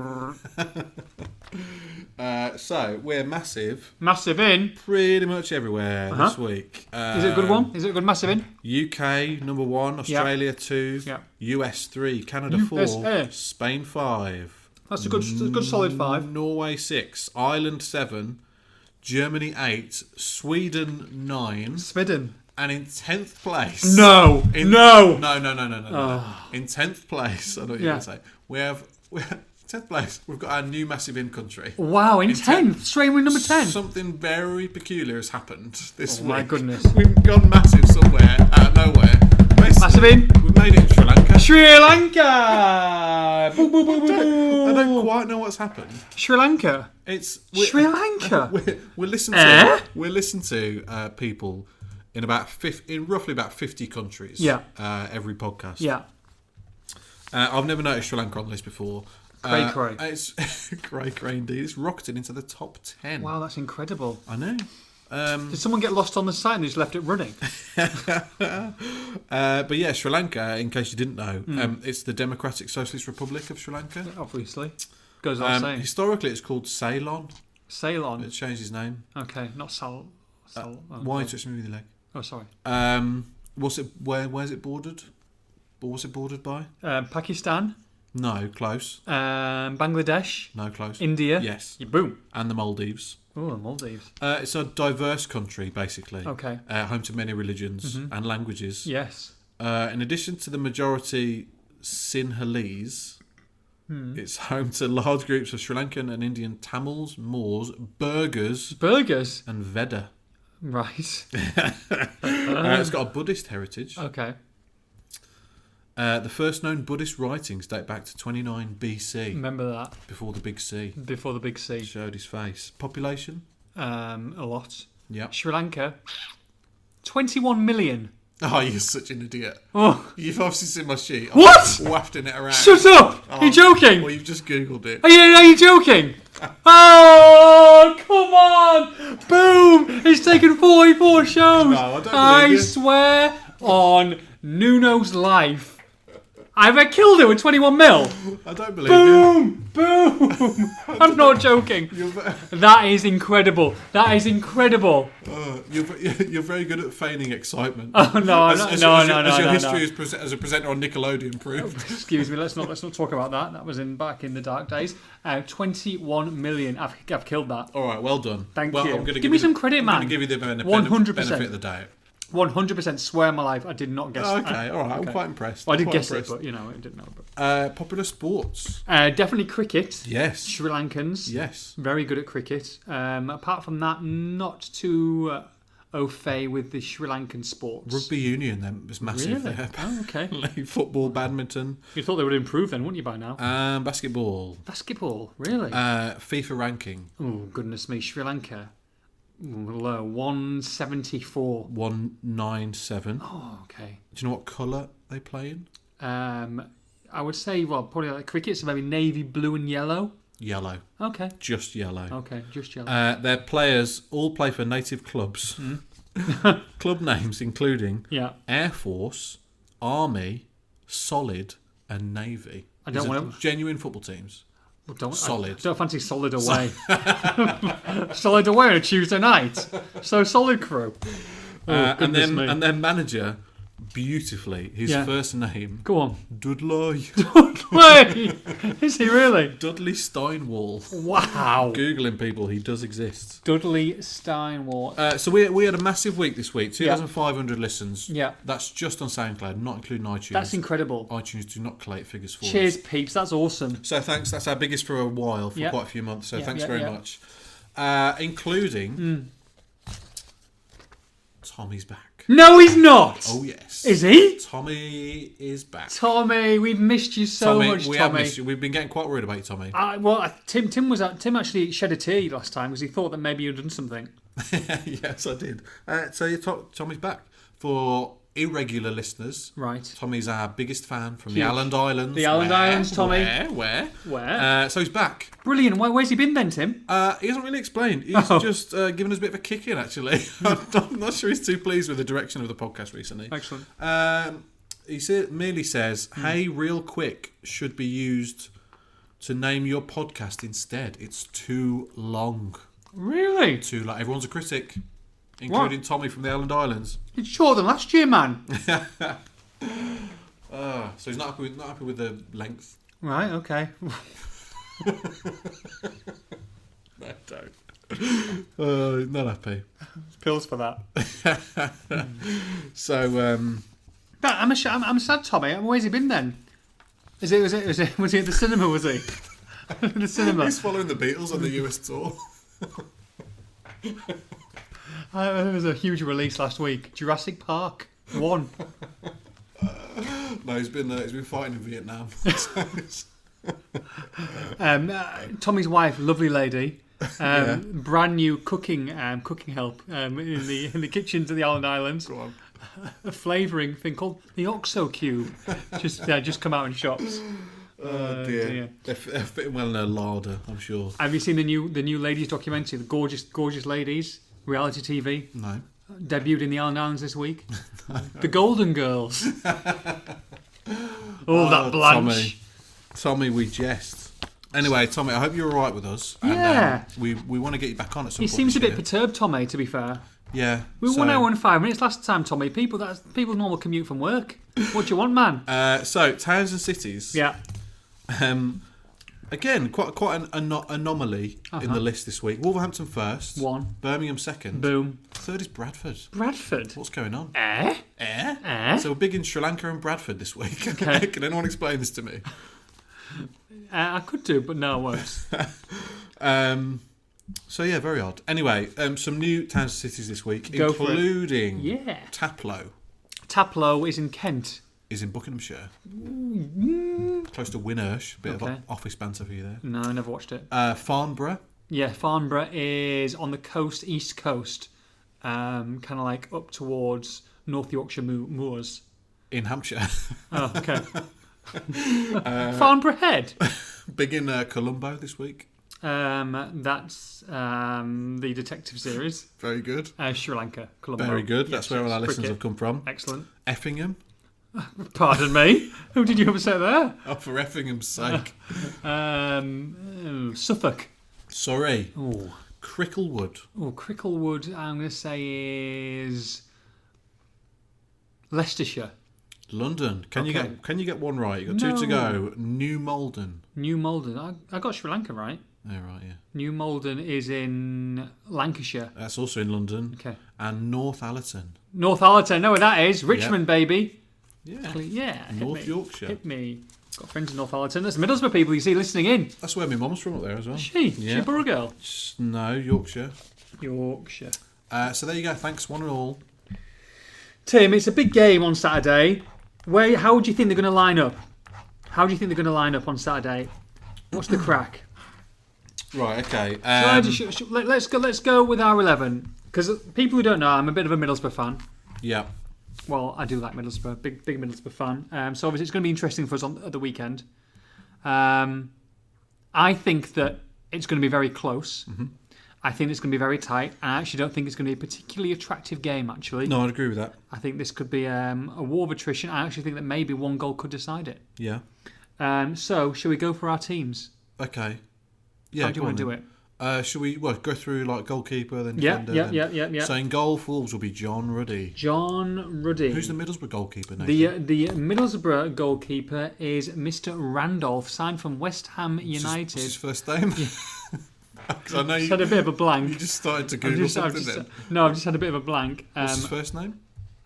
S3: uh, so we're massive,
S2: Massive in.
S3: pretty much everywhere this
S2: Uh-huh.
S3: week.
S2: Is it a good
S3: Um,
S2: one? Is it a good massive in?
S3: UK number one, Australia two,
S2: Yeah.
S3: US three, Canada
S2: USA.
S3: four, Spain five,
S2: That's a good, that's a good solid five.
S3: Norway six, Ireland seven, Germany eight, Sweden nine,
S2: Sweden.
S3: and in tenth place.
S2: No.
S3: In-
S2: no. Ah.
S3: No, no, no, no, no. no. In tenth place, I know what you're
S2: Yeah.
S3: going to say. We have *laughs* we have- tenth place. We've got our new massive in country.
S2: Wow, in
S3: ten.
S2: 10th. Straight with Oh, number 10.
S3: Something very peculiar has happened this
S2: Oh
S3: week.
S2: my goodness.
S3: We've gone massive somewhere out of nowhere. Basically,
S2: Massive in.
S3: We've made it in Sri Lanka.
S2: Sri Lanka! Boo, boo, boo, boo,
S3: I
S2: boo.
S3: don't quite know what's happened.
S2: Sri Lanka.
S3: It's we're-
S2: Sri
S3: *laughs*
S2: Lanka.
S3: We're, we're listened to.
S2: Eh?
S3: We're listened to uh, people in about fif- in roughly about fifty countries.
S2: Yeah.
S3: Uh, every podcast.
S2: Yeah.
S3: Uh, I've never noticed Sri Lanka on this before.
S2: Cray,
S3: uh,
S2: cray.
S3: It's *laughs* cray cray indeed. It's rocketed into the top ten.
S2: Wow, that's incredible.
S3: I know. Um,
S2: Did someone get lost on the site and just left it running? *laughs*
S3: uh, but yeah, Sri Lanka. In case you didn't know,
S2: Hmm.
S3: um, it's the Democratic Socialist Republic of Sri Lanka.
S2: Obviously. Goes without
S3: Um,
S2: saying.
S3: historically, it's called Ceylon.
S2: Ceylon.
S3: It changed its name.
S2: Okay, not Sal. Sal oh,
S3: Why you touched me with your leg?
S2: oh, sorry.
S3: Um, what's it? Where? Where's it bordered? Or what's it bordered by?
S2: Um, Pakistan,
S3: No, close.
S2: um, Bangladesh,
S3: No, close.
S2: India.
S3: Yes,
S2: Yeah, boom.
S3: and the Maldives.
S2: Oh, the Maldives.
S3: Uh, it's a diverse country, basically.
S2: Okay. Mm-hmm.
S3: Uh, home to many religions and languages.
S2: Yes.
S3: Uh, in addition to the majority Sinhalese,
S2: Hmm.
S3: it's home to large groups of Sri Lankan and Indian Tamils, Moors, Burghers,
S2: Burgers. *laughs*
S3: and Veda.
S2: Right.
S3: Uh, it's got a Buddhist heritage.
S2: Okay.
S3: Uh, the first known Buddhist writings date back to 29 BC,
S2: Remember that
S3: before the Big C
S2: before the big
S3: He
S2: C.
S3: showed his face. Population?
S2: Um, a lot.
S3: Yep. *laughs*
S2: Sri Lanka. 21 million.
S3: Oh, you're such an idiot.
S2: Oh,
S3: You've obviously seen my sheet. I'm
S2: What?
S3: Wafting it around. Oh.
S2: shut up! You're joking!
S3: Well, you've just Googled it.
S2: Are you, are you
S3: *laughs*
S2: joking? Oh, come on! Boom! It's taken 44 shows!
S3: I don't believe
S2: I
S3: you.
S2: swear on Nuno's life. I've killed it with 21 mil.
S3: I don't believe you.
S2: Boom!
S3: *laughs*
S2: Boom! I'm not joking.
S3: You're, ve-
S2: That is incredible. That is incredible.
S3: uh, you're, ve- you're very good at feigning excitement.
S2: Oh no,
S3: as,
S2: no,
S3: as-
S2: no,
S3: as
S2: no,
S3: your- as
S2: no,
S3: your
S2: no,
S3: history
S2: no.
S3: As, prese- as a presenter on Nickelodeon proved.
S2: Excuse me. Let's not let's not talk about that. That was in back in the dark days. Uh, 21 million. I've, I've killed that.
S3: All right, well done.
S2: Oh. Thank
S3: well,
S2: you.
S3: I'm gonna
S2: Give
S3: give
S2: me
S3: you
S2: some
S3: the-
S2: credit,
S3: I'm gonna
S2: man.
S3: give you the benefit,
S2: 100%.
S3: benefit of the doubt. Oh,
S2: 100% swear my life. I did not guess.
S3: Okay,
S2: I,
S3: all right. I'm quite impressed.
S2: well, I did
S3: quite
S2: guess
S3: impressed.
S2: it, but you know, I didn't know. But.
S3: Uh, popular sports.
S2: Uh, definitely cricket.
S3: Yes.
S2: Sri Lankans.
S3: Yes.
S2: Very good at cricket. Um, apart from that, not too uh, au fait with the Sri Lankan sports.
S3: Rugby union then was massive
S2: Really?
S3: *laughs* there.
S2: Oh, okay.
S3: Apparently, football, badminton,
S2: You thought they would improve then, wouldn't you, by now?
S3: um, basketball,
S2: Basketball, really?
S3: uh, FIFA ranking
S2: oh, goodness me. Sri Lanka. Mm, Low. 174.
S3: one nine seven.
S2: Oh, okay.
S3: Do you know what colour they play in?
S2: Um, I would say, well, probably like cricket, so maybe navy, blue, and yellow.
S3: Yellow,
S2: Okay.
S3: just yellow.
S2: Okay, just yellow.
S3: Uh, their players all play for native clubs.
S2: Hmm.
S3: *laughs* Club names including
S2: yeah.
S3: Air Force, Army, Solid, and Navy.
S2: I don't
S3: These are
S2: wanna-
S3: genuine football teams.
S2: Well, Don't, I-
S3: Solid.
S2: don't fancy solid away.
S3: *laughs*
S2: solid away *laughs* on a Tuesday night. So solid crew. Oh,
S3: Uh, and
S2: goodness
S3: then
S2: me.
S3: and their manager, beautifully, his
S2: Yeah.
S3: first name
S2: Go on. *laughs*
S3: Dudley *laughs*
S2: Wait, is he really?
S3: Dudley Steinwall.
S2: Wow.
S3: Googling people, he does exist.
S2: Dudley Steinwart.
S3: Uh, so we, we had a massive week this week, two
S2: Yeah.
S3: thousand five hundred listens.
S2: Yeah.
S3: that's just on SoundCloud, not including iTunes.
S2: That's incredible.
S3: iTunes do not collate figures for us.
S2: Cheers, peeps. That's awesome.
S3: So thanks. That's our biggest for a while, for
S2: Yeah.
S3: quite a few months. So
S2: Yeah,
S3: thanks
S2: yeah,
S3: very
S2: yeah.
S3: much, uh, including
S2: Hmm.
S3: Tommy's back.
S2: No, he's not.
S3: Oh yes,
S2: Is he?
S3: Tommy is back.
S2: Tommy, we've missed you so
S3: Tommy,
S2: much,
S3: we have
S2: Tommy.
S3: missed you. We've been getting quite worried about you, Tommy.
S2: I, well, I, Tim, Tim was out. Tim actually shed a tear last time because he thought that maybe you'd done something.
S3: *laughs* yes, I did. Uh, so yeah, To- Tommy's back for irregular listeners.
S2: Right.
S3: Tommy's our biggest fan from
S2: Huge.
S3: the Island Islands.
S2: The Island
S3: Where?
S2: Islands, Tommy.
S3: Where? Where?
S2: Where?
S3: Uh, so he's back.
S2: Brilliant. Where, where's he been then, Tim?
S3: Uh, he hasn't really explained. He's just uh, given us a bit of a kick in, actually. *laughs* I'm not- I'm not sure he's too pleased with the direction of the podcast recently.
S2: Excellent.
S3: Um, he sa- merely says, "Hey, real quick should be used to name your podcast instead. It's too long.
S2: Really?
S3: Too long. Everyone's a critic, including Tommy from the Island Islands.
S2: It's shorter than last year, man.
S3: Uh, so he's not happy with, not happy with the length.
S2: right, okay.
S3: I don't. *laughs* Uh, not happy.
S2: Pills for *laughs* that.
S3: So um,
S2: But I'm, a sh- I'm, I'm sad, Tommy. Where's he been then? Is it, was, it, was, it, *laughs* was he at the cinema, was he? *laughs* the cinema.
S3: he's following the Beatles on the US tour. *laughs*
S2: Uh, there was a huge release last week. Jurassic Park. One.
S3: no, he's been uh, he's been fighting in Vietnam.
S2: Um, uh, Tommy's wife, lovely *laughs* lady. Um, Brand new cooking um, cooking help um, in the in the kitchens of the Island Islands.
S3: Go on.
S2: A flavouring thing called the Oxo Cube. Just uh, just come out in shops. Uh,
S3: Oh
S2: dear.
S3: dear, They're, f- they're fitting well in a larder, I'm sure.
S2: Have you seen the new the new ladies documentary? The gorgeous gorgeous ladies reality TV
S3: No,
S2: debuted in the Island Islands this week. the Golden Girls. oh, that Blanche.
S3: Tommy, Tommy, we jest. Anyway, Tommy, I hope you're all right with us. And, um,
S2: Yeah.
S3: we we want to get you back on at some
S2: He
S3: point.
S2: seems a
S3: this
S2: bit
S3: year.
S2: perturbed, Tommy. To be fair,
S3: yeah.
S2: we were
S3: so,
S2: one hour and five minutes last time, Tommy. People that's people's normal commute from work. What do you want, man?
S3: Uh, so towns and cities.
S2: yeah,
S3: Um, again, quite quite an ano- anomaly in the list this week. Wolverhampton first.
S2: Uh-huh. One.
S3: Birmingham second.
S2: boom.
S3: Third is Bradford.
S2: Bradford.
S3: What's going on?
S2: Eh?
S3: Eh?
S2: Eh?
S3: So we're big in Sri Lanka and Bradford this week.
S2: Okay.
S3: *laughs* Can anyone explain this to me?
S2: Uh, I could do, but no, I won't.
S3: Um, so yeah, very odd. Anyway, um, some new towns and cities this week,
S2: Go for it.
S3: including
S2: yeah.
S3: Taplow
S2: Taplow is in Kent.
S3: is in Buckinghamshire, close to Winnersh. Bit
S2: Mm-hmm. Okay.
S3: of office banter for you there.
S2: No, I never watched it.
S3: Uh, Farnborough,
S2: Yeah, Farnborough is on the coast, east coast, um, kind of like up towards North Yorkshire Mo- moors.
S3: in Hampshire, *laughs*
S2: Oh, okay.
S3: Uh,
S2: Farnborough Head.
S3: big in uh, Colombo this week.
S2: Um, that's um, the detective series.
S3: Very good.
S2: Uh, Sri Lanka, Colombo.
S3: Very good. That's
S2: Yes,
S3: where all
S2: yes,
S3: our listens
S2: cricket.
S3: have come from.
S2: Excellent.
S3: Effingham, *laughs*
S2: Pardon me. Who did you upset there?
S3: Oh, for
S2: *laughs*
S3: effingham's sake.
S2: Um, oh, Suffolk.
S3: Sorry.
S2: Oh,
S3: Cricklewood.
S2: oh, Cricklewood. I'm going to say is Leicestershire,
S3: London. Can you
S2: Okay.
S3: get can you get one right? You got two
S2: No.
S3: to go. New Malden.
S2: New Malden. I, I got Sri Lanka right.
S3: Yeah, right, yeah.
S2: New Malden is in Lancashire.
S3: That's also in London.
S2: Okay.
S3: And North Allerton.
S2: North Allerton. Know where that is? Richmond, baby.
S3: Yeah.
S2: Yeah. hit
S3: North
S2: me.
S3: Yorkshire.
S2: Hit me. Got friends in North Allerton. That's the Middlesbrough people you see listening in.
S3: That's where my mum's from up there as well.
S2: She. She
S3: Yeah.
S2: a Borough girl.
S3: S- No, Yorkshire.
S2: Yorkshire.
S3: Uh, so there you go. Thanks, one and all.
S2: Tim, it's a big game on Saturday. Where? How do you think they're going to line up? How do you think they're going to line up on Saturday? What's the crack?
S3: Right, okay.
S2: Shall I
S3: Um,
S2: just- sh- sh- let, us go. Let's go with our eleven. Because people who don't know, I'm a bit of a Middlesbrough fan.
S3: yeah.
S2: Well, I do like Middlesbrough. Big, big Middlesbrough fan. Um, so obviously, it's going to be interesting for us on at the weekend. Um, I think that it's going to be very close.
S3: Mm-hmm.
S2: I think it's going to be very tight. And I actually don't think it's going to be a particularly attractive game. Actually,
S3: No, I'd agree with that.
S2: I think this could be um, a war of attrition. I actually think that maybe one goal could decide it.
S3: Yeah.
S2: Um, so, shall we go for our teams?
S3: Okay. Yeah.
S2: How do you
S3: go
S2: want to
S3: on
S2: do
S3: then.
S2: it?
S3: Uh, should we well, go through like goalkeeper then?
S2: Yeah,
S3: defender,
S2: yeah,
S3: then-
S2: yeah, yeah, yeah.
S3: So in goal, for Wolves will be John Ruddy.
S2: John Ruddy.
S3: Who's the Middlesbrough goalkeeper? Nathan?
S2: The uh, the Middlesbrough goalkeeper is Mr. Randolph, signed from West Ham
S3: What's his-
S2: United.
S3: What's his first name? *laughs* 'Cause I know
S2: Just had a
S3: you,
S2: bit of a
S3: you
S2: blank.
S3: just started to
S2: I've
S3: Google
S2: just, I've
S3: something.
S2: just,
S3: then.
S2: no, I've just had a bit of a blank. Um,
S3: What's his first name?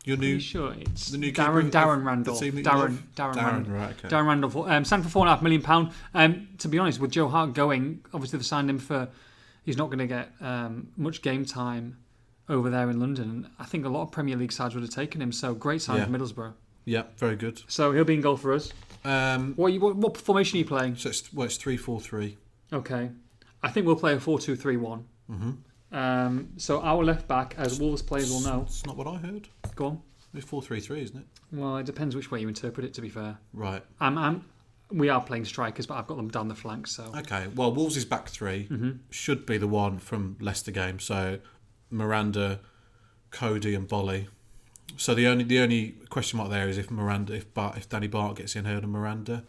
S3: Your
S2: are you
S3: new
S2: sure it's
S3: the new keeper
S2: Darren
S3: of
S2: Darren
S3: the
S2: Randolph?
S3: team that you
S2: Darren
S3: love?
S2: Darren
S3: Darren,
S2: Randolph.
S3: right, okay.
S2: Darren Randolph. Um, signed for four and a half million pound. Um, to be honest, with Joe Hart going, obviously they've signed him for. He's not going to get um, much game time over there in London. I think a lot of Premier League sides would have taken him. So great sign
S3: Yeah.
S2: for Middlesbrough.
S3: Yeah, very good.
S2: So he'll be in goal for us.
S3: Um,
S2: What, you, what, what formation are you playing?
S3: so it's well, it's three four three.
S2: Okay. I think we'll play a 4 2 3 1.
S3: Mm-hmm.
S2: Um, so our left back, as Wolves players will know,
S3: That's not what I heard.
S2: go on.
S3: It's four three three, isn't it?
S2: Well, it depends which way you interpret it, to be fair.
S3: Right.
S2: I'm, I'm, we are playing strikers, but I've got them down the flank, so.
S3: Okay. Well, Wolves is back 3
S2: Mm-hmm.
S3: Should be the one from Leicester game. So Miranda, Cody, and Bolly. So the only the only question mark there is if Miranda if Bart, if Danny Bart gets in here than Miranda,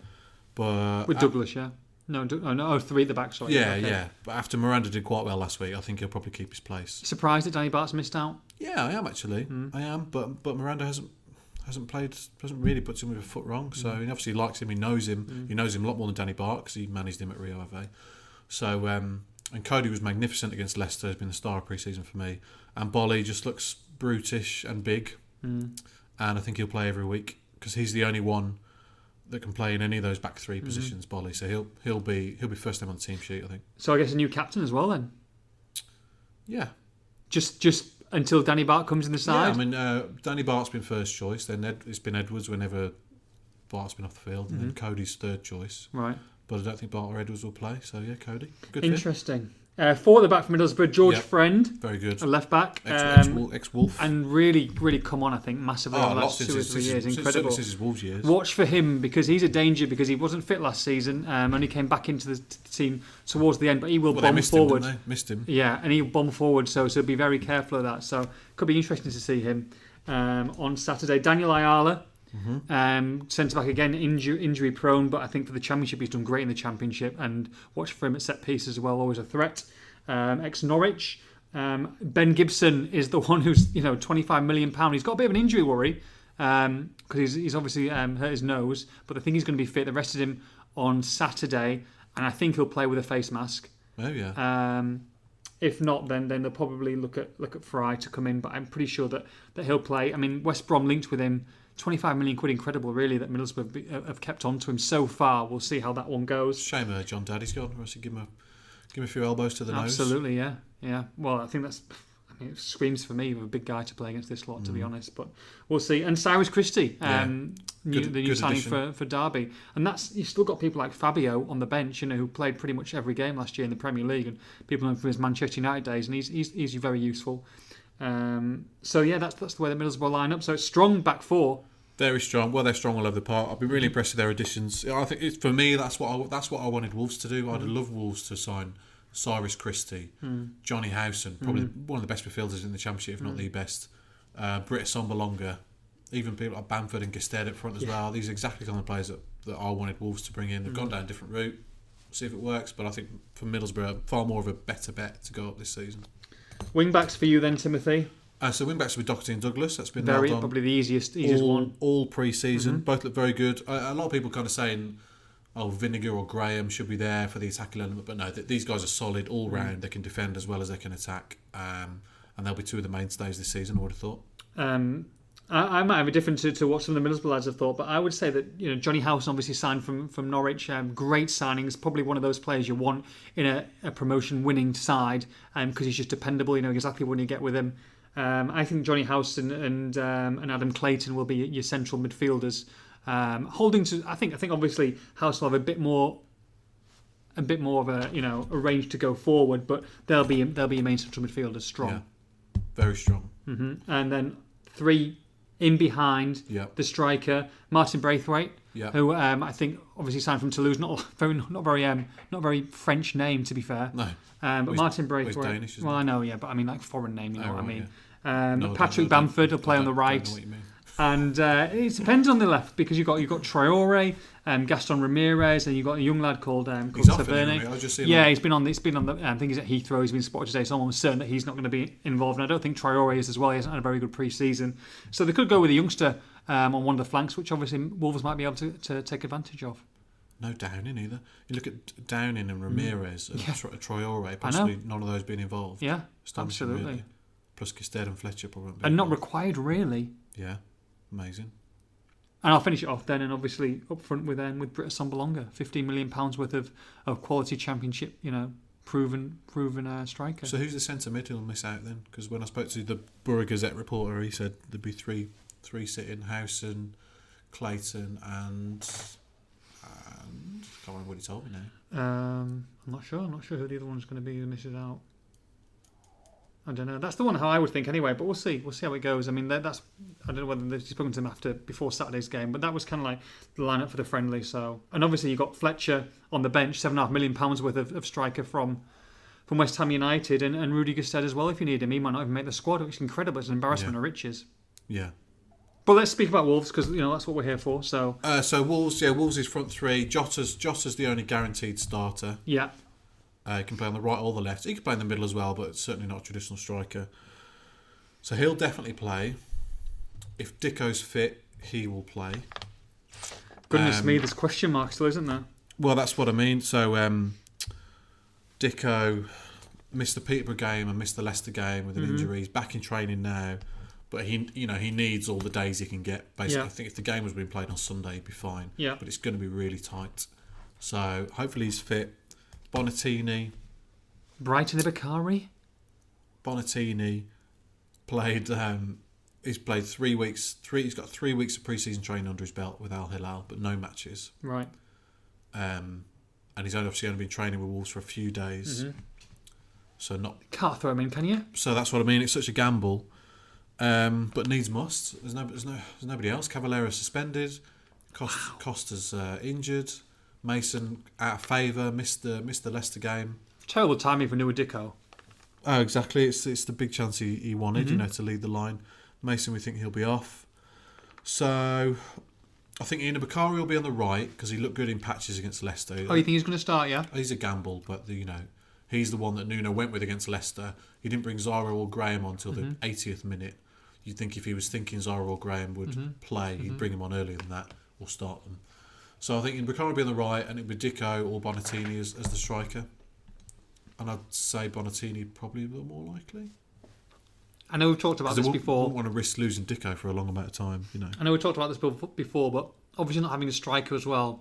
S3: but
S2: With Douglas, yeah? No, Doug- oh, no, oh, three at the back, sorry.
S3: Uh, yeah
S2: Okay.
S3: yeah. But after Miranda did quite well last week, I think he'll probably keep his place.
S2: Surprised that Danny Bart's missed out.
S3: Yeah, I am actually. I am, but but Miranda hasn't hasn't played hasn't really put him with a foot wrong. So he obviously likes him. He knows him. He knows him a lot more than Danny Bart because he managed him at Rio Ave. So um, and Cody was magnificent against Leicester. Has been the star of pre-season for me. And Bolly just looks brutish and big, and I think he'll play every week because he's the only one that can play in any of those back 3 positions. Bolly, so he'll he'll be he'll be first name on the team sheet. I think.
S2: So I guess a new captain as well, then.
S3: Yeah,
S2: Just just until Danny Bart comes in the side.
S3: Yeah, I mean, uh, Danny Bart's been first choice. Then Ed, it's been Edwards whenever Bart's been off the field, and then
S2: Mm-hmm.
S3: Cody's third choice.
S2: right.
S3: But I don't think Bart or Edwards will play. So yeah, Cody, good fit,
S2: Interesting. Uh, four at the back for Middlesbrough, George
S3: Yep.
S2: Friend,
S3: very good.
S2: a left back.
S3: Ex,
S2: um,
S3: ex Wolf. Ah,
S2: and really, really come on, I think,
S3: Oh,
S2: massively over the last two or three years. Incredible.
S3: Since, his Wolves years.
S2: Watch for him because he's a danger because he wasn't fit last season um, and he came back into the t- team towards the end, but he will
S3: Well, they
S2: bomb
S3: missed
S2: forward.
S3: him, didn't they? Missed him.
S2: yeah, and he'll bomb forward, so so be very careful of that. So could be interesting to see him um, on Saturday. Daniel Ayala, um, centre back again, injury, injury prone, but I think for the championship he's done great in the championship. And watch for him at set piece as well, always a threat. Um, Ex Norwich. Um, ben Gibson is the *laughs* one who's you know 25 million pound. He's got a bit of an injury worry because he's, he's obviously um, hurt his nose, but I think he's going to be fit. They rested him on Saturday, and I think he'll play with a face mask.
S3: Oh yeah.
S2: Um, if not, then then they'll probably look at look at Fry to come in. But I'm pretty sure that, that he'll play. I mean, West Brom linked with him, 25 million quid, incredible, really. That Middlesbrough have, be- uh, have kept on to him so far. We'll see how that one goes.
S3: Shame uh, John Daddy's gone. Or I should give him a give him a few elbows to the nose.
S2: Absolutely, yeah, yeah. Well, I think that's. I mean, it screams for me with a big guy to play against this lot, to be
S3: Mm.
S2: honest. But we'll see. And Cyrus Christie, um, new,
S3: Good-
S2: the new
S3: good
S2: signing
S3: addition.
S2: for, for Derby, and that's you've still got people like Fabio on the bench, you know, who played pretty much every game last year in the Premier League, and people know him from his Manchester United days, and he's he's, he's very useful. Um, so yeah, that's that's the way the Middlesbrough line up. So it's strong back four.
S3: Very strong. Well, they're strong all over the park. I've been really impressed with their additions. I think it's, for me, that's what I, that's what I wanted Wolves to do. I'd love Wolves to sign Cyrus Christie, Johnny Howson, probably one of the best midfielders in the championship, if not the best. Uh, Britt Sombalonga, even people like Bamford and Gestead up front as well. These are exactly the kind of players that, that I wanted Wolves to bring in. They've gone down a different route. See if it works, but I think for Middlesbrough, far more of a better bet to go up this season.
S2: Wing backs for you then, Timothy.
S3: Uh, so wing backs with Doherty and Douglas. That's been
S2: Very
S3: nailed on
S2: probably the easiest easiest
S3: all,
S2: one.
S3: all pre-season.
S2: Mm-hmm.
S3: Both look very good. A, a lot of people kind of saying, "Oh, Vinegar or Graham should be there for the attacking element," but no, th- these guys are solid
S2: Mm.
S3: all round. They can defend as well as they can attack, um, and they'll be two of the mainstays this season. I would have thought.
S2: Um, I, I might have a difference to, to what some of the Middlesbrough lads have thought, but I would say that you know Johnny House obviously signed from from Norwich, um, great signings, probably one of those players you want in a, a promotion winning side because he's just dependable. You know exactly what you get with him. Um, I think Johnny House and and, um, and Adam Clayton will be your central midfielders. Um, holding to, I think I think obviously House will have a bit more a bit more of a you know a range to go forward, but they'll be they'll be your main central midfielders strong.
S3: Yeah, very strong.
S2: Hmm. and then three in behind
S3: Yeah.
S2: the striker Martin Braithwaite,
S3: Yeah.
S2: who um, I think obviously signed from Toulouse. Not *laughs* very, not very, um, not very French name to be fair.
S3: No,
S2: Um, but
S3: he's-
S2: Martin
S3: well,
S2: Braithwaite.
S3: he's Danish, isn't
S2: well,
S3: he?
S2: I know, yeah, but I mean like foreign name. You know
S3: Oh,
S2: what I
S3: right,
S2: mean. Um,
S3: No, I don't
S2: Patrick
S3: know, I don't-
S2: Bamford will
S3: I
S2: play on the
S3: don't- I
S2: right,
S3: Don't know what you mean.
S2: and uh, it depends on the left because you've got you've got Traore, um, Gaston Ramirez, and you've got a young lad called um, called
S3: He's off, isn't he,
S2: Tavernier.
S3: really? I was just seeing
S2: yeah,
S3: him.
S2: he's been on. the- It's been on the. um, I think he's at Heathrow. He's been spotted today, so I'm certain that he's not going to be involved. And I don't think Traore is as well. He hasn't had a very good pre-season, so they could go with a youngster um, on one of the flanks, which obviously Wolves might be able to, to take advantage of.
S3: No Downing either. You look at Downing
S2: Hmm.
S3: and Ramirez and Tro Traore. Possibly none of those being involved.
S2: Yeah,
S3: Astonishing,
S2: absolutely,
S3: really. Plus Gestead and Fletcher probably. won't be
S2: and not
S3: involved.
S2: required really.
S3: yeah, amazing.
S2: And I'll finish it off then, and obviously up front with um, with Britta Sambalonga, fifteen million pounds worth of, of quality championship, you know, proven proven uh, striker.
S3: So who's the centre mid who'll miss out then? Because when I spoke to the Borough Gazette reporter, he said there'd be three, three sitting: House and Clayton and and I can't remember what he told me now.
S2: Um, I'm not sure. I'm not sure who the other one's going to be who misses out. I don't know. That's the one how I would think anyway. But we'll see. We'll see how it goes. I mean, that, that's I don't know whether they've spoken to him after before Saturday's game, but that was kind of like the lineup for the friendly. So, and obviously you got Fletcher on the bench, seven and a half million pounds worth of, of striker from from West Ham United, and, and Rudy Gusted as well. If you need him, he might not even make the squad, which is incredible. It's an embarrassment
S3: Yeah.
S2: of riches.
S3: Yeah.
S2: But let's speak about Wolves because you know that's what we're here for. So,
S3: Uh, so Wolves, yeah, Wolves is front three. Jota's Jota's the only guaranteed starter.
S2: yeah,
S3: Uh, he can play on the right or the left. He can play in the middle as well, but certainly not a traditional striker. So he'll definitely play. If Dicko's fit, he will play.
S2: goodness
S3: Um,
S2: me, there's question marks still, isn't there?
S3: Well, that's what I mean. So, um, Dicko missed the Peterborough game and missed the Leicester game with an
S2: Mm-hmm.
S3: injury. He's back in training now, but he, you know, he needs all the days he can get. Basically,
S2: Yeah.
S3: I think if the game was being played on Sunday, he'd be fine.
S2: Yeah.
S3: But it's going to be really tight. So hopefully he's fit. Bonatini,
S2: Brighton Ibakari.
S3: Bonatini played. Um, he's played three weeks. Three. He's got three weeks of preseason training under his belt with Al Hilal, but no matches.
S2: Right.
S3: Um, and he's only obviously only been training with Wolves for a few days. So not
S2: Can't throw him in, can you?
S3: so that's what I mean. It's such a gamble, um, but needs must. There's no there's no there's nobody else. Cavalera suspended, Cost, Costa's uh, injured, Mason out of favour. Missed the missed the Leicester game.
S2: Terrible timing for Nua Dicko.
S3: Oh, exactly. It's it's the big chance he, he wanted, you know, to lead the line. Mason, we think he'll be off. So, I think Ian Bakari will be on the right because he looked good in patches against Leicester.
S2: Oh, you think he's going to start, yeah?
S3: he's a gamble, but the, you know, he's the one that Nuno went with against Leicester. He didn't bring Zara or Graham on till
S2: Mm-hmm.
S3: the 80th minute. You'd think if he was thinking Zara or Graham would
S2: Mm-hmm.
S3: play, he'd bring him on earlier than that or start them. So I think in Ricard would be on the right, and it'd be Dicko or Bonatini as, as the striker. And I'd say Bonatini probably the more likely.
S2: I know we've talked about
S3: I
S2: this
S3: wouldn't,
S2: before.
S3: wouldn't want to risk losing Dicko for a long amount of time, you know.
S2: I know we talked about this bef- before, but obviously not having a striker as well.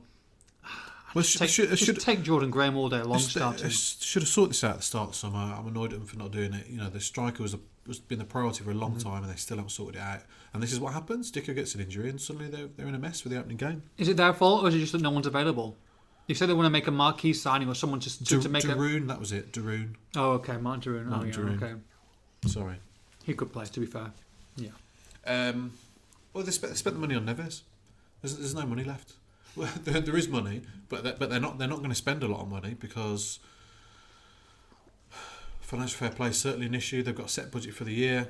S3: Well, should,
S2: Take,
S3: should,
S2: just
S3: should,
S2: take Jordan Graham all day long
S3: Just, uh,
S2: starting.
S3: I should have sorted this out at the start of the summer. I'm annoyed at them for not doing it. You know, the striker was a, was been the priority for a long time, and they still haven't sorted it out. And this is what happens: Dicker gets an injury, and suddenly they're, they're in a mess with the opening game.
S2: Is it their fault or is it just that no one's available? You said they want to make a marquee signing or someone just to,
S3: Dar-
S2: to make a.
S3: Darun, that was it. Darun,
S2: Oh, okay, Martin Darun. Oh,
S3: Martin
S2: yeah,
S3: Darun.
S2: okay.
S3: sorry.
S2: He could play, to be fair. Yeah.
S3: Um, well, they spent, they spent the money on Neves. There's, there's no money left. Well, *laughs* there, there is money, but they, but they're not they're not going to spend a lot of money because financial fair play is certainly an issue. They've got a set budget for the year.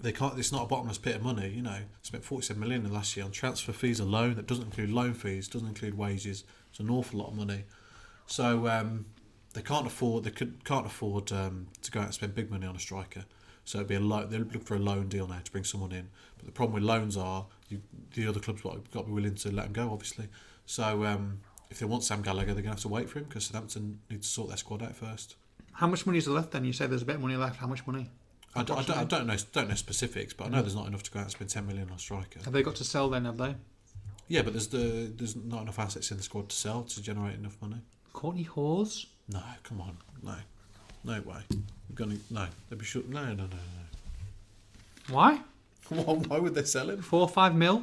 S3: they can't. It's not a bottomless pit of money. You know, spent forty-seven million in last year on transfer fees alone. That doesn't include loan fees, doesn't include wages. It's an awful lot of money. So um, they can't afford. They could, can't afford um, to go out and spend big money on a striker. So it'd be a lo- they're looking for a loan deal now to bring someone in. But the problem with loans are you, the other clubs got, got to be willing to let him go, obviously. So um, if they want Sam Gallagher, they're going to have to wait for him because Southampton need to sort their squad out first.
S2: How much money is left then? You say there's a bit of money left. How much money?
S3: I don't, I don't, I don't know don't know specifics, but I know there's not enough to go out and spend 10 million on a striker.
S2: Have they got to sell then, have they?
S3: Yeah, but there's the there's not enough assets in the squad to sell to generate enough money.
S2: Courtney Hawes?
S3: No, come on, no, no way. We're gonna no. They'd be sure. No, no, no, no.
S2: Why?
S3: Why, why would they sell him?
S2: Four or five mil?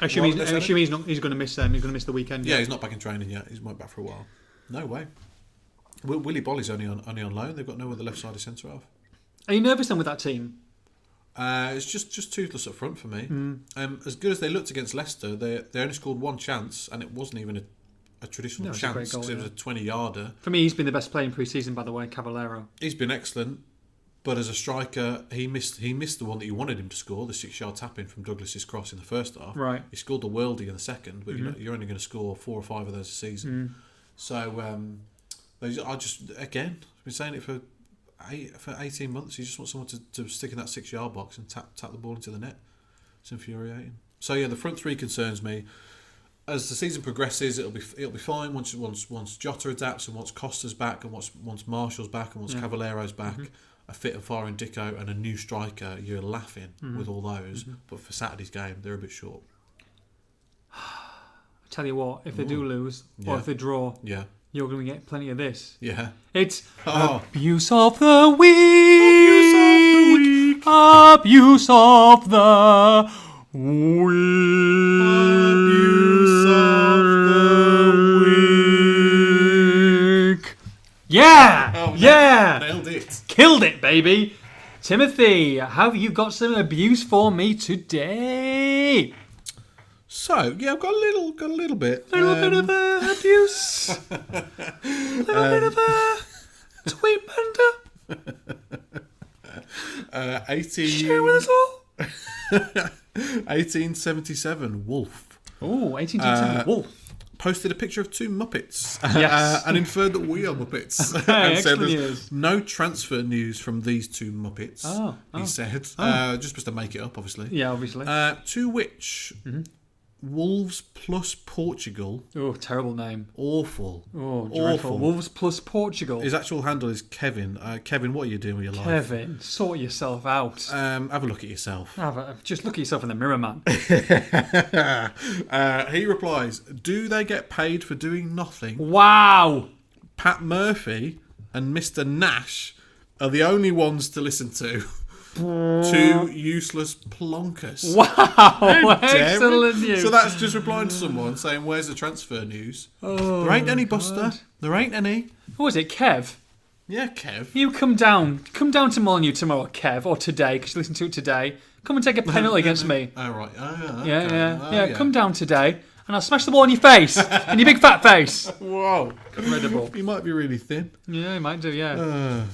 S2: I assume,
S3: Why
S2: he's,
S3: would they
S2: I
S3: sell
S2: assume he's, not, he's going to miss them. He's going to miss the weekend.
S3: Yeah, he's not back in training yet. He's not back for a while. No way. Will, Willie Bolly's only on only on loan. They've got no other left sided centre half.
S2: Are you nervous then with that team?
S3: Uh, it's just just toothless up front for me. Um, as good as they looked against Leicester, they they only scored one chance, and it wasn't even a, a traditional
S2: No, it's a
S3: chance
S2: great goal,
S3: because it was
S2: yeah.
S3: a twenty yarder.
S2: For me, he's been the best player in pre-season, by the way, Cavallero.
S3: He's been excellent, but as a striker, he missed he missed the one that you wanted him to score, the six yard tap in from Douglas's cross in the first half.
S2: Right.
S3: He scored the worldie in the second, but you're, not, you're only going to score four or five of those a season. So um, those I just again I've been saying it for eight, for eighteen months. You just want someone to, to stick in that six yard box and tap tap the ball into the net. It's infuriating. So yeah, the front three concerns me. As the season progresses, it'll be it'll be fine once once once Jota adapts and once Costa's back and once once Marshall's back and once Cavallero's back,
S2: Mm-hmm.
S3: a fit and firing Dicko and a new striker. You're laughing
S2: Mm-hmm.
S3: with all those, but for Saturday's game, they're a bit short.
S2: I tell you what, if they do lose or
S3: Yeah.
S2: if they draw,
S3: Yeah,
S2: you're going to get plenty of this. *laughs*
S3: yeah.
S2: It's
S3: Oh.
S2: abuse of the week. Abuse of the week. Yeah, Oh, yeah,
S3: Oh, Nailed it.
S2: killed it, baby. Timothy, have you got some abuse for me today?
S3: So yeah, I've got a little, got a little bit.
S2: A little
S3: Um,
S2: bit of uh, *laughs* abuse. A little bit of uh, tweet bender.
S3: uh,
S2: Share with
S3: 18,
S2: us all.
S3: 1877 Wolf Uh,
S2: Oh, 1827 Wolf.
S3: posted a picture of two Muppets *laughs*
S2: Yes.
S3: uh, and inferred that we are
S2: *laughs*
S3: Muppets. and
S2: Excellent
S3: said there's
S2: news.
S3: no transfer news from these two Muppets.
S2: Oh,
S3: he
S2: oh.
S3: said, uh, just supposed to make it up, obviously.
S2: Yeah, Mm-hmm. obviously.
S3: Uh, to which Wolves plus Portugal,
S2: oh, terrible name.
S3: awful,
S2: Oh, dreadful.
S3: awful.
S2: Wolves plus Portugal.
S3: His actual handle is Kevin. Uh, Kevin, what are you doing with your life?
S2: Kevin, sort yourself out.
S3: Um, have a look at yourself.
S2: Have a- just look at yourself in the mirror, man. *laughs*
S3: Uh, he replies, "Do they get paid for doing nothing?"
S2: wow. *laughs*
S3: Pat Murphy and Mr. Nash are the only ones to listen to. Two useless plonkers.
S2: Wow. Excellent
S3: Darren.
S2: news.
S3: So that's just replying to someone saying, Where's the transfer news? there ain't
S2: Oh,
S3: any, Buster. There ain't any.
S2: What was it, Kev?
S3: Yeah, Kev.
S2: You come down. Come down to Molyneux tomorrow, Kev, or today, because you listen to it today. Come and take a penalty against
S3: *laughs*
S2: me.
S3: All right. Ah,
S2: Yeah,
S3: okay.
S2: yeah,
S3: Oh,
S2: yeah. Come down today, and I'll smash the ball in your face, in your big fat
S3: *laughs*
S2: face.
S3: Whoa.
S2: Incredible.
S3: He might be really thin. Ah.
S2: Yeah, you might do.
S3: Uh.
S2: Yeah.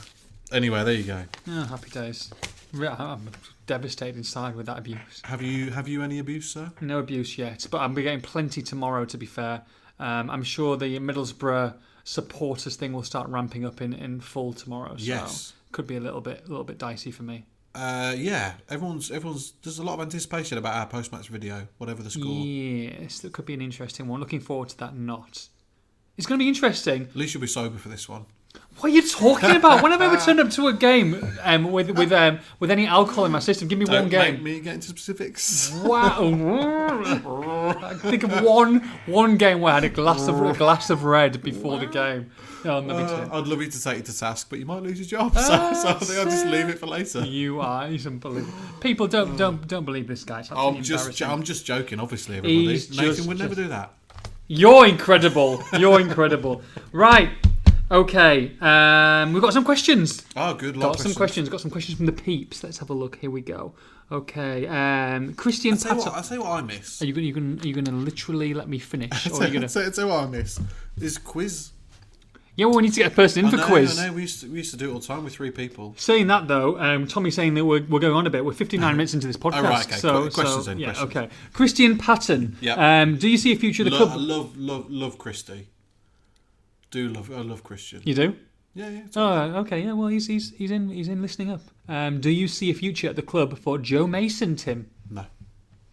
S3: Anyway, there you go.
S2: Oh, happy days. Yeah, I'm devastated inside with that abuse.
S3: Have you have you any abuse, sir?
S2: No abuse yet, but I'll be getting plenty tomorrow. To be fair, um, I'm sure the Middlesbrough supporters thing will start ramping up in, in full tomorrow. So
S3: Yes.
S2: Could be a little bit a little bit dicey for me.
S3: Uh, yeah. Everyone's everyone's there's a lot of anticipation about our post match video, whatever the score.
S2: Yes, that could be an interesting one. Looking forward to that. Not. It's going to be interesting.
S3: At least you'll be sober for this one.
S2: What are you talking about? When have I ever turned up to a game um, with with um, with any alcohol in my system? Give me one
S3: Don't
S2: game.
S3: make me get into specifics.
S2: Wow! I think of one one game where I had a glass of a glass of red before the game. Oh, No, no, me
S3: Uh,
S2: too.
S3: I'd love you to take it to task, but you might lose your job. So, so I think I'll just leave it for later.
S2: Ah, You are he's unbelievable. People don't don't don't believe this guy. It's absolutely
S3: Mm. I'm just, jo-
S2: embarrassing.
S3: I'm just joking, obviously. Everybody.
S2: He's
S3: Nathan
S2: just-
S3: would never
S2: just-
S3: do that.
S2: You're incredible. You're incredible. Right. Okay. Um, we've got some questions.
S3: Oh, good luck.
S2: Got some questions. Got some questions from the peeps. Let's have a look. Here we go. Okay. Um, Christian
S3: Tell you
S2: Pato.
S3: what, I'll tell you what I miss.
S2: Are you gonna you
S3: *laughs*
S2: gonna are you gonna literally let me finish? Or are you
S3: Tell
S2: gonna
S3: tell- tell you what I miss. Is quiz.
S2: Yeah, well, we need to get a person in
S3: I
S2: for
S3: know,
S2: quiz.
S3: I know. We used to, we used to do it all the time with three people.
S2: Saying that though, um, Tommy's saying that we're, we're going on a bit. We're 59 minutes into this podcast.
S3: Oh, right, okay.
S2: So,
S3: Qu- questions
S2: so-
S3: then,
S2: yeah,
S3: questions.
S2: okay. Christian Patton.
S3: Yep.
S2: Um, do you see a future of the
S3: Lo- I
S2: club?
S3: love, love, love Christy. Do love, I love Christian.
S2: You do.
S3: Yeah, yeah. it's-
S2: Oh, okay. Yeah. Well, he's he's he's in he's in listening up. Um, do you see a future at the club for Joe Mason, Tim?
S3: No.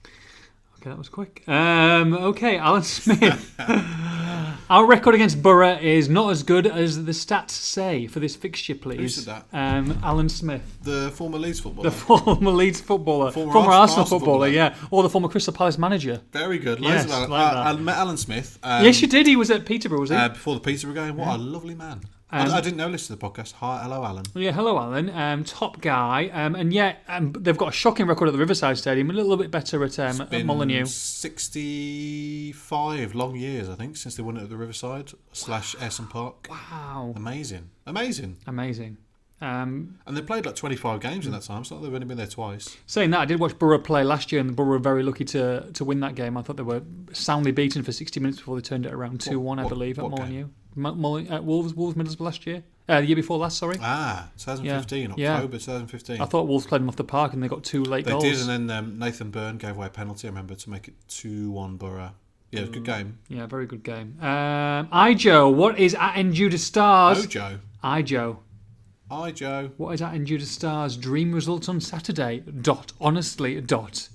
S2: Okay, that was quick. Um, okay, Alan *laughs* Smith.
S3: *laughs*
S2: Our record against Borough is not as good as the stats say for this fixture, please.
S3: said that?
S2: Um, Alan Smith,
S3: The former Leeds footballer.
S2: the former Leeds footballer,
S3: Former
S2: former
S3: Ars-
S2: Arsenal
S3: Arsenal
S2: footballer,
S3: footballer.
S2: yeah, or the former Crystal Palace manager.
S3: Very good.
S2: Yes,
S3: Loads of Alan.
S2: like
S3: I-
S2: that.
S3: I met Alan Smith. Um,
S2: yes, you did. He was at Peterborough, was he?
S3: uh, before the Peterborough game. What a lovely man.
S2: Um,
S3: I, I didn't know listen to the podcast. Hi, hello, Alan.
S2: Yeah, hello, Alan. Um, top guy, um, and yet um, they've got a shocking record at the Riverside Stadium. A little bit better at, um, at
S3: Been
S2: Molyneux.
S3: 65 long years, I think, since they won it at the Riverside slash Essen Park.
S2: Wow,
S3: Amazing. Amazing.
S2: amazing. Um,
S3: And they played like 25 games
S2: Hmm.
S3: in that time. It's not like they've only been there twice.
S2: saying that, I did watch Borough play last year, and Borough were very lucky to to win that game. I thought they were soundly beaten for 60 minutes before they turned it around 2 1, I
S3: what-
S2: believe, at
S3: what game?
S2: Molyneux. Mo- Molyn- uh, Wolves, Wolves, Middlesbrough last year, uh, the year before last. Sorry,
S3: Ah, 2015,
S2: Yeah.
S3: October 2015.
S2: I thought Wolves played them off the park, and they got two late
S3: they
S2: goals.
S3: did, and then um, Nathan Byrne gave away a penalty, I remember, to make it 2 1 Borough.
S2: Mm.
S3: Yeah, it was a good game.
S2: Yeah, very good game. Um, Ijo, what is at Enduda Stars?
S3: Ojo.
S2: Ijo.
S3: Hi, Joe.
S2: What is that in Judas Star's dream results on Saturday? Dot. Honestly, dot.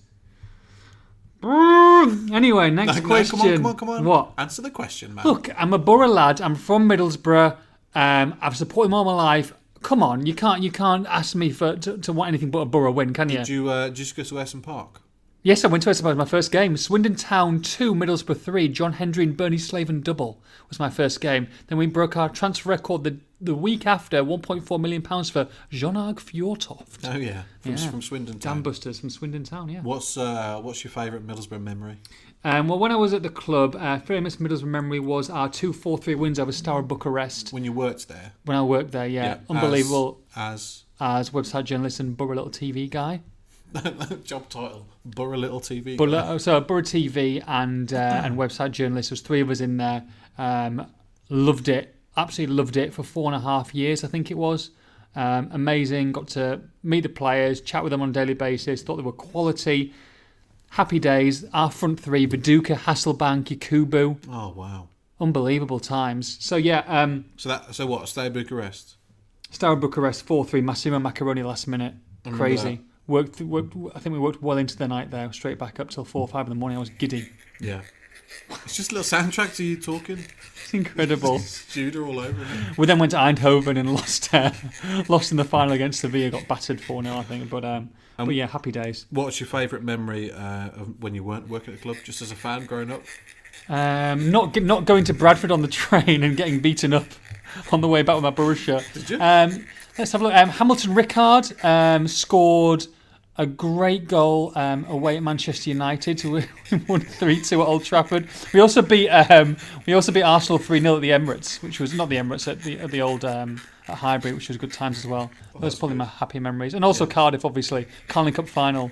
S2: Anyway, next
S3: No, no,
S2: question.
S3: *laughs* come on, come on, come on.
S2: What?
S3: Answer the question, man.
S2: Look, I'm a Borough lad. I'm from Middlesbrough. Um, I've supported him all my life. Come on, you can't, you can't ask me for to, to want anything but a Borough win, can you?
S3: Did you uh, just go to Essen Park?
S2: Yes, I went to I suppose my first game. Swindon Town 2, Middlesbrough 3, John Hendry and Bernie Slaven double was my first game. Then we broke our transfer record the, the week after, £1.4 million for Jean-Arc Fjortoft.
S3: Oh, yeah. From,
S2: Yeah.
S3: from Swindon
S2: Dam
S3: Town.
S2: Busters from Swindon Town, yeah.
S3: What's uh, what's your favourite Middlesbrough memory?
S2: Um, well, when I was at the club, uh, famous Middlesbrough memory was our 2 4 3 wins over Star Bucharest
S3: When you worked there?
S2: when I worked there, yeah. Unbelievable
S3: As, *laughs*
S2: as, website journalist and Borough Little TV guy.
S3: as job title, Borough Little TV.
S2: But uh, so Borough TV and uh, and website journalist. There's three of us in there. Um, loved it, absolutely loved it for four and a half years. I think it was um, amazing. Got to meet the players, chat with them on a daily basis. Thought they were quality. Happy days. Our front three: Viduka, Hasselbank, Yakubu.
S3: oh wow!
S2: Unbelievable times. So yeah, um,
S3: So that so what? Stay Bucharest.
S2: Star Bucharest four three. Massimo Macaroni last minute.
S3: remember
S2: Crazy. Worked, worked. I think we worked well into the night there. Straight back up till four or five in the morning. I was giddy. *laughs*
S3: Yeah. It's just a little soundtrack to you talking.
S2: It's incredible.
S3: Judah all over. Isn't it?
S2: We then went to Eindhoven and *laughs* lost uh, lost in the final against Sevilla. Got battered four 0 I think. But um, but yeah, happy days.
S3: What's your favourite memory uh, of when you weren't working at the club, just as a fan
S2: *laughs*
S3: growing up?
S2: Um, not ge- not going to Bradford on the *laughs* train and getting beaten up on the way back with my Borough shirt.
S3: Did you?
S2: Um, let's have a look. Um, Hamilton Rickard um, scored a great goal um, away at Manchester United to *laughs* won three two at Old Trafford. We also beat um, we also beat Arsenal three 0 at the Emirates, which was not the Emirates at the at the old um, at Highbury, which was good times as well. Those are probably my happy memories, and also Cardiff, obviously Carling Cup final.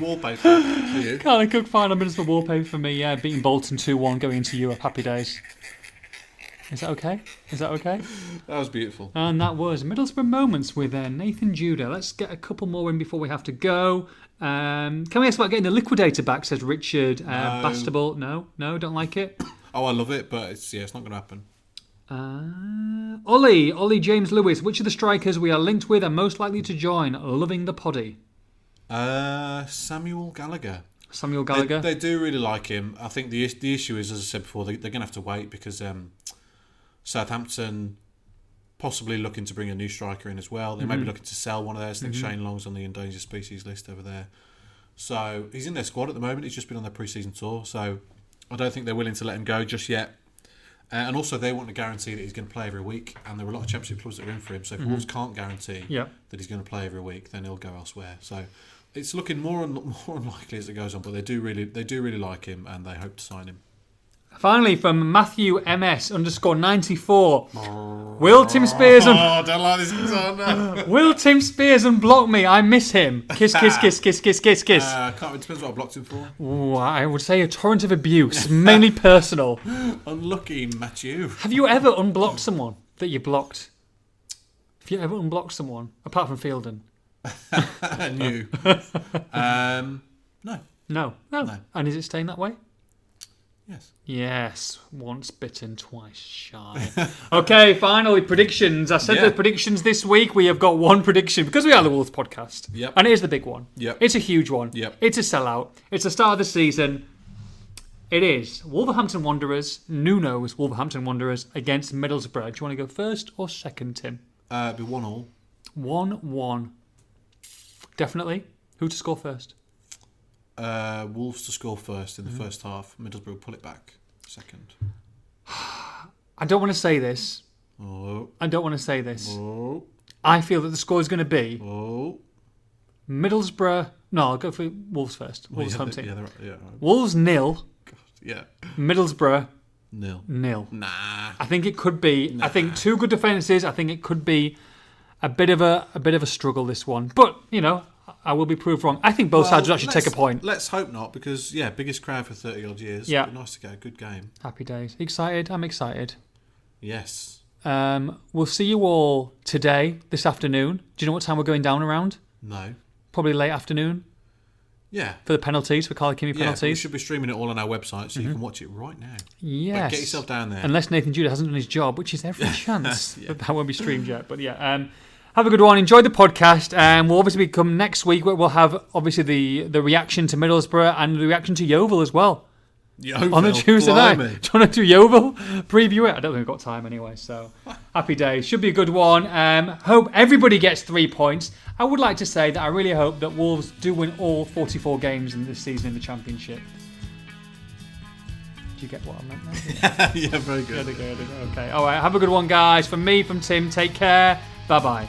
S2: *laughs*
S3: wallpaper. For you.
S2: Carling Cook final minutes for wallpaper for me. Yeah, beating Bolton two one, going into Europe. Happy days. Is that okay? Is that okay?
S3: That was beautiful.
S2: And that was Middlesbrough moments with uh, Nathan Judah. Let's get a couple more in before we have to go. Um, can we ask about getting the liquidator back? Says Richard uh,
S3: No.
S2: Bastable. No, no, don't like it.
S3: Oh, I love it, but it's yeah, it's not going to happen.
S2: Uh, Ollie, Ollie James Lewis. Which of the strikers we are linked with are most likely to join? Loving the poddy.
S3: Uh, Samuel Gallagher.
S2: Samuel
S3: They-
S2: Gallagher.
S3: They, do really like him. I think the is- the issue is, as I said before, they, they're going to have to wait because um, Southampton possibly looking to bring a new striker in as well. They may be looking to sell one of theirs. I think Shane Long's on the endangered species list over there. So he's in their squad at the moment. He's just been on their pre-season tour, so I don't think they're willing to let him go just yet. Uh, and also, they want to guarantee that he's going to play every week. And there are a lot of championship clubs that are in for him. So if Wolves can't guarantee
S2: Yeah.
S3: that he's going to play every week, then he'll go elsewhere. So it's *laughs* looking more and more unlikely as it goes on. But they do really, they do really like him, and they hope to sign him.
S2: Finally, from Matthew MS underscore 94. Will Tim Spears un-
S3: Oh, don't like this. Oh,
S2: *laughs*
S3: no.
S2: Will Tim Spears unblock me? I miss him. Kiss, kiss, kiss, kiss, kiss, kiss, kiss.
S3: Uh, can't, it depends what I blocked him for.
S2: Ooh, I would say a torrent of abuse, mainly personal.
S3: Unlucky, Matthew.
S2: Have you ever unblocked someone that you blocked? Have you ever unblocked someone apart from Fielden?
S3: *laughs* And you. um, no.
S2: No. no,
S3: No.
S2: And is it staying that way?
S3: Yes.
S2: Yes, once bitten, twice shy. *laughs* okay, finally, predictions. I said
S3: Yeah.
S2: the predictions this week. We have got one prediction because we are the Wolves podcast.
S3: Yep.
S2: And it is the big one.
S3: Yep.
S2: It's a huge one.
S3: Yep.
S2: It's a sellout. It's the start of the season. It is Wolverhampton Wanderers, Nuno's Wolverhampton Wanderers against Middlesbrough. Do you want to go first or second, Tim?
S3: Uh, it'd be one all.
S2: 1 1. Definitely. Who to score first?
S3: Uh, Wolves to score first in the
S2: Mm-hmm.
S3: first half. Middlesbrough pull it back second.
S2: I don't want to say this.
S3: Oh,
S2: I don't want to say this.
S3: oh,
S2: I feel that the score is going to be
S3: oh.
S2: Middlesbrough. No, I'll go for Wolves first.
S3: Well,
S2: Wolves
S3: yeah,
S2: Hampton.
S3: they- yeah, they're- yeah, right.
S2: Wolves nil.
S3: yeah.
S2: Middlesbrough
S3: Nil.
S2: nil.
S3: Nah.
S2: I think it could be. I think two good defenses. I think it could be a bit of a a bit of a struggle this one. But you know, I will be proved wrong. I think both sides would
S3: Well,
S2: actually take a
S3: let's-
S2: point.
S3: Let's hope not, because yeah, biggest crowd for thirty odd years.
S2: Yeah.
S3: It'd be nice to get a good game.
S2: Happy days. Excited. I'm excited.
S3: Yes.
S2: Um, we'll see you all today this afternoon. Do you know what time we're going down around?
S3: No.
S2: Probably late afternoon
S3: Yeah.
S2: for the penalties for Carly Kimmy
S3: Yeah, but we
S2: penalties. Mm-hmm.
S3: should be streaming it all on our website, so you can watch it right now.
S2: Yes.
S3: Get yourself down there.
S2: Unless Nathan Judah hasn't done his job, which is every chance. But that won't be streamed yet. But yeah, um, have a good one. Enjoy the podcast. And we'll obviously come next week where we'll have obviously the, the reaction to Middlesbrough and the reaction to Yeovil as well
S3: Yo, *laughs*
S2: on a
S3: Phil,
S2: Tuesday
S3: blimey.
S2: night. Do you want to do Yeovil? Preview it. I don't think we've got time anyway. So happy days. Should be a good one. Um, hope everybody gets three points. I would like to say that I really hope that Wolves do win all 44 games in this season in the Championship. Do you get what I meant? there?
S3: *laughs* yeah, very good.
S2: Okay, okay. All right. Have a good one, guys. From me, from Tim. Take care. Bye bye.